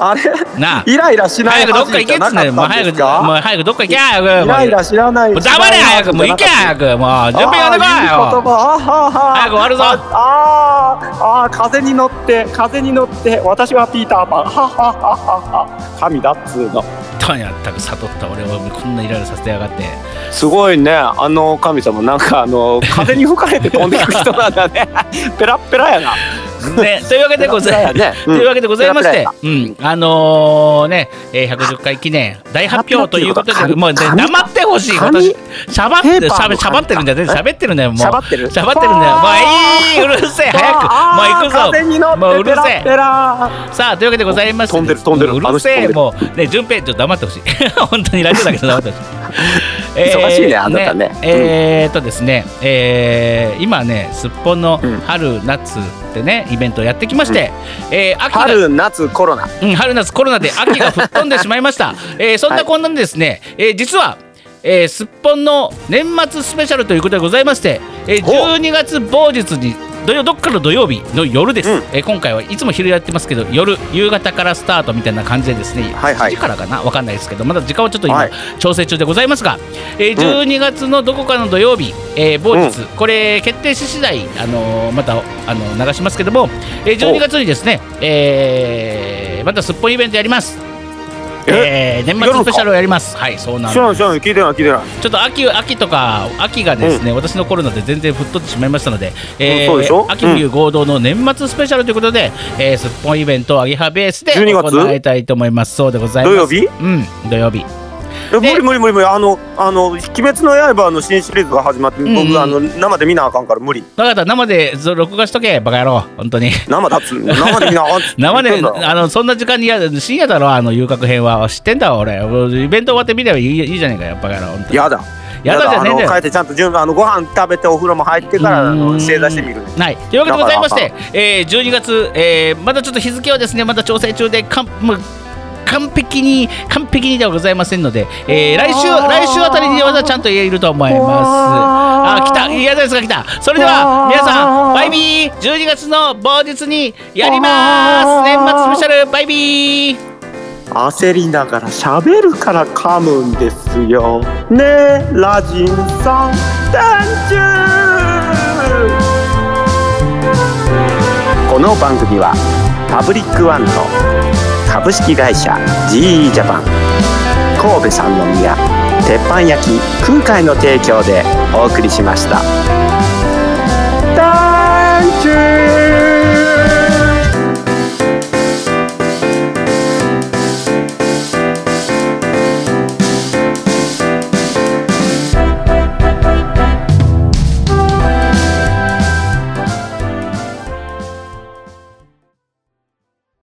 [SPEAKER 2] あれ
[SPEAKER 1] なあ
[SPEAKER 2] イライラしな
[SPEAKER 1] 早
[SPEAKER 2] い
[SPEAKER 1] くどっか
[SPEAKER 2] 恥
[SPEAKER 1] 行
[SPEAKER 2] じ
[SPEAKER 1] け
[SPEAKER 2] ゃ
[SPEAKER 1] っつ
[SPEAKER 2] な
[SPEAKER 1] うのよもう
[SPEAKER 2] かった
[SPEAKER 1] 早
[SPEAKER 2] んです
[SPEAKER 1] くもう
[SPEAKER 2] か
[SPEAKER 1] 早くどっか行け
[SPEAKER 2] イライラ知らない
[SPEAKER 1] もう黙れ早くもう行け
[SPEAKER 2] 知らなか
[SPEAKER 1] 早
[SPEAKER 2] った
[SPEAKER 1] くもう準備がでこい
[SPEAKER 2] あーいい言
[SPEAKER 1] よ。
[SPEAKER 2] 葉あはは
[SPEAKER 1] 早く終わるぞ
[SPEAKER 2] ああーあー風に乗って風に乗って私はピーターパンははははは神だっつうの
[SPEAKER 1] とにかく悟った俺をこんなイライラさせてやがって。
[SPEAKER 2] すごいねあの神様なんか
[SPEAKER 1] (laughs)
[SPEAKER 2] あの風に吹かれて飛んでいく人なんだね (laughs) ペラッペラやな
[SPEAKER 1] ね、というわけでございま
[SPEAKER 2] ペラペラやね
[SPEAKER 1] というわけでございまし
[SPEAKER 2] ペ
[SPEAKER 1] て
[SPEAKER 2] ラ、
[SPEAKER 1] うん、あのね、えー150回記念大発表ということ
[SPEAKER 2] ペラペラっていうこと
[SPEAKER 1] で、
[SPEAKER 2] は
[SPEAKER 1] もう、ね、
[SPEAKER 2] 紙
[SPEAKER 1] 黙ってほしい。
[SPEAKER 2] 紙
[SPEAKER 1] 私、しゃばっ
[SPEAKER 2] ペ
[SPEAKER 1] て、し
[SPEAKER 2] ーパ
[SPEAKER 1] ゃ
[SPEAKER 2] ー
[SPEAKER 1] べ、
[SPEAKER 2] の紙か
[SPEAKER 1] しゃばってるんだよね、しゃべってるんだよ、もう。
[SPEAKER 2] しゃばってる
[SPEAKER 1] しゃばってるんだよ、もう、いい、うるせえ、早く、もう行く
[SPEAKER 2] あー風に乗
[SPEAKER 1] ぞ。もう
[SPEAKER 2] っ
[SPEAKER 1] う
[SPEAKER 2] て
[SPEAKER 1] る
[SPEAKER 2] ペラ
[SPEAKER 1] せえ
[SPEAKER 2] ッペ。ラ
[SPEAKER 1] さあ、というわけでございまして。
[SPEAKER 2] 飛んでる飛んでる
[SPEAKER 1] もううるせ
[SPEAKER 2] あの
[SPEAKER 1] え、
[SPEAKER 2] 人
[SPEAKER 1] もう、ね、順平、ちょっと黙ってほしい。 (laughs) 本当にラジオだけど黙ってほしい。
[SPEAKER 2] (laughs) 忙しいねあなたね
[SPEAKER 1] えーっとですね、えー今ね、すっぽんの
[SPEAKER 2] うん
[SPEAKER 1] 春夏ってね、イベントをやってきまして、えー秋が
[SPEAKER 2] 春夏コロナ
[SPEAKER 1] うん、春夏コロナで秋が吹っ飛んでしまいま
[SPEAKER 2] (laughs)
[SPEAKER 1] した。えーそんなこんなにですね、えー実は、えーすっぽんの年末スペシャルということでございまして、えー
[SPEAKER 2] ほう
[SPEAKER 1] 12月某日に土曜どっかの土曜日の夜です、
[SPEAKER 2] うん
[SPEAKER 1] えー今回はいつも昼やってますけど夜夕方からスタートみたいな感じでですね、
[SPEAKER 2] はいは
[SPEAKER 1] 7
[SPEAKER 2] い
[SPEAKER 1] 時からかなわかんないですけどまだ時間をちょっと今、
[SPEAKER 2] はい
[SPEAKER 1] 調整中でございますが、えー12月のどこかの土曜日、えー某日、これ決定し次第、あのーまた、あのー流しますけども、えー12月にですね、えーまたすっぽんイベントやります。えー年末スペシャルをやります。はい、そうなん
[SPEAKER 2] 知
[SPEAKER 1] です。
[SPEAKER 2] らん知らん聞いてない聞いてない
[SPEAKER 1] ちょっと秋、秋とか、秋がですね、私のコロナで全然吹っ飛んでしまいましたので。
[SPEAKER 2] うんそうでしょ
[SPEAKER 1] 秋冬合同の年末スペシャルということで、えーすっぽんイベントアゲハベースで
[SPEAKER 2] 12月
[SPEAKER 1] 行いたいと思います。そうでございます。
[SPEAKER 2] 土曜日
[SPEAKER 1] うん、土曜日。
[SPEAKER 2] え無理無理無理無理あのあの鬼滅の刃の新シリーズが始まって、
[SPEAKER 1] んうん
[SPEAKER 2] 僕あの生で見なあかんから無理
[SPEAKER 1] 分かった生でそ録画しとけバカ野郎本当に
[SPEAKER 2] 生だっつ
[SPEAKER 1] (laughs)
[SPEAKER 2] うの生で見なあかんっつって言っ
[SPEAKER 1] 生
[SPEAKER 2] て
[SPEAKER 1] で
[SPEAKER 2] んだろ
[SPEAKER 1] あのそんな時間にいや深夜だろあの遊郭編は知ってんだわ俺イベント終わって見ればいいいいじゃねえかよバカ野郎本当に
[SPEAKER 2] やだ
[SPEAKER 1] やだじゃねえんだ
[SPEAKER 2] あ
[SPEAKER 1] よ
[SPEAKER 2] の帰ってちゃんと順あのご飯食べてお風呂も入ってからあ
[SPEAKER 1] うー
[SPEAKER 2] の
[SPEAKER 1] ん
[SPEAKER 2] 正座してみる
[SPEAKER 1] はい、というわけでございまして、えー12月、えーまだちょっと日付はですねまだ調整中でかんもう完璧に完璧にではございませんので、えー来週来週あたりにはまだちゃんと言えると思います。あ来た嫌ですが来た。それでは皆さんバイビー12月の某日にやります年末スペシャルバイビー
[SPEAKER 2] 焦りながら喋るから噛むんですよねえラジンさんダンチューこの番組はパブリックワンの株式会社 GE ジャパン神戸三宮鉄板焼き空海の提供でお送りしましたダンチュー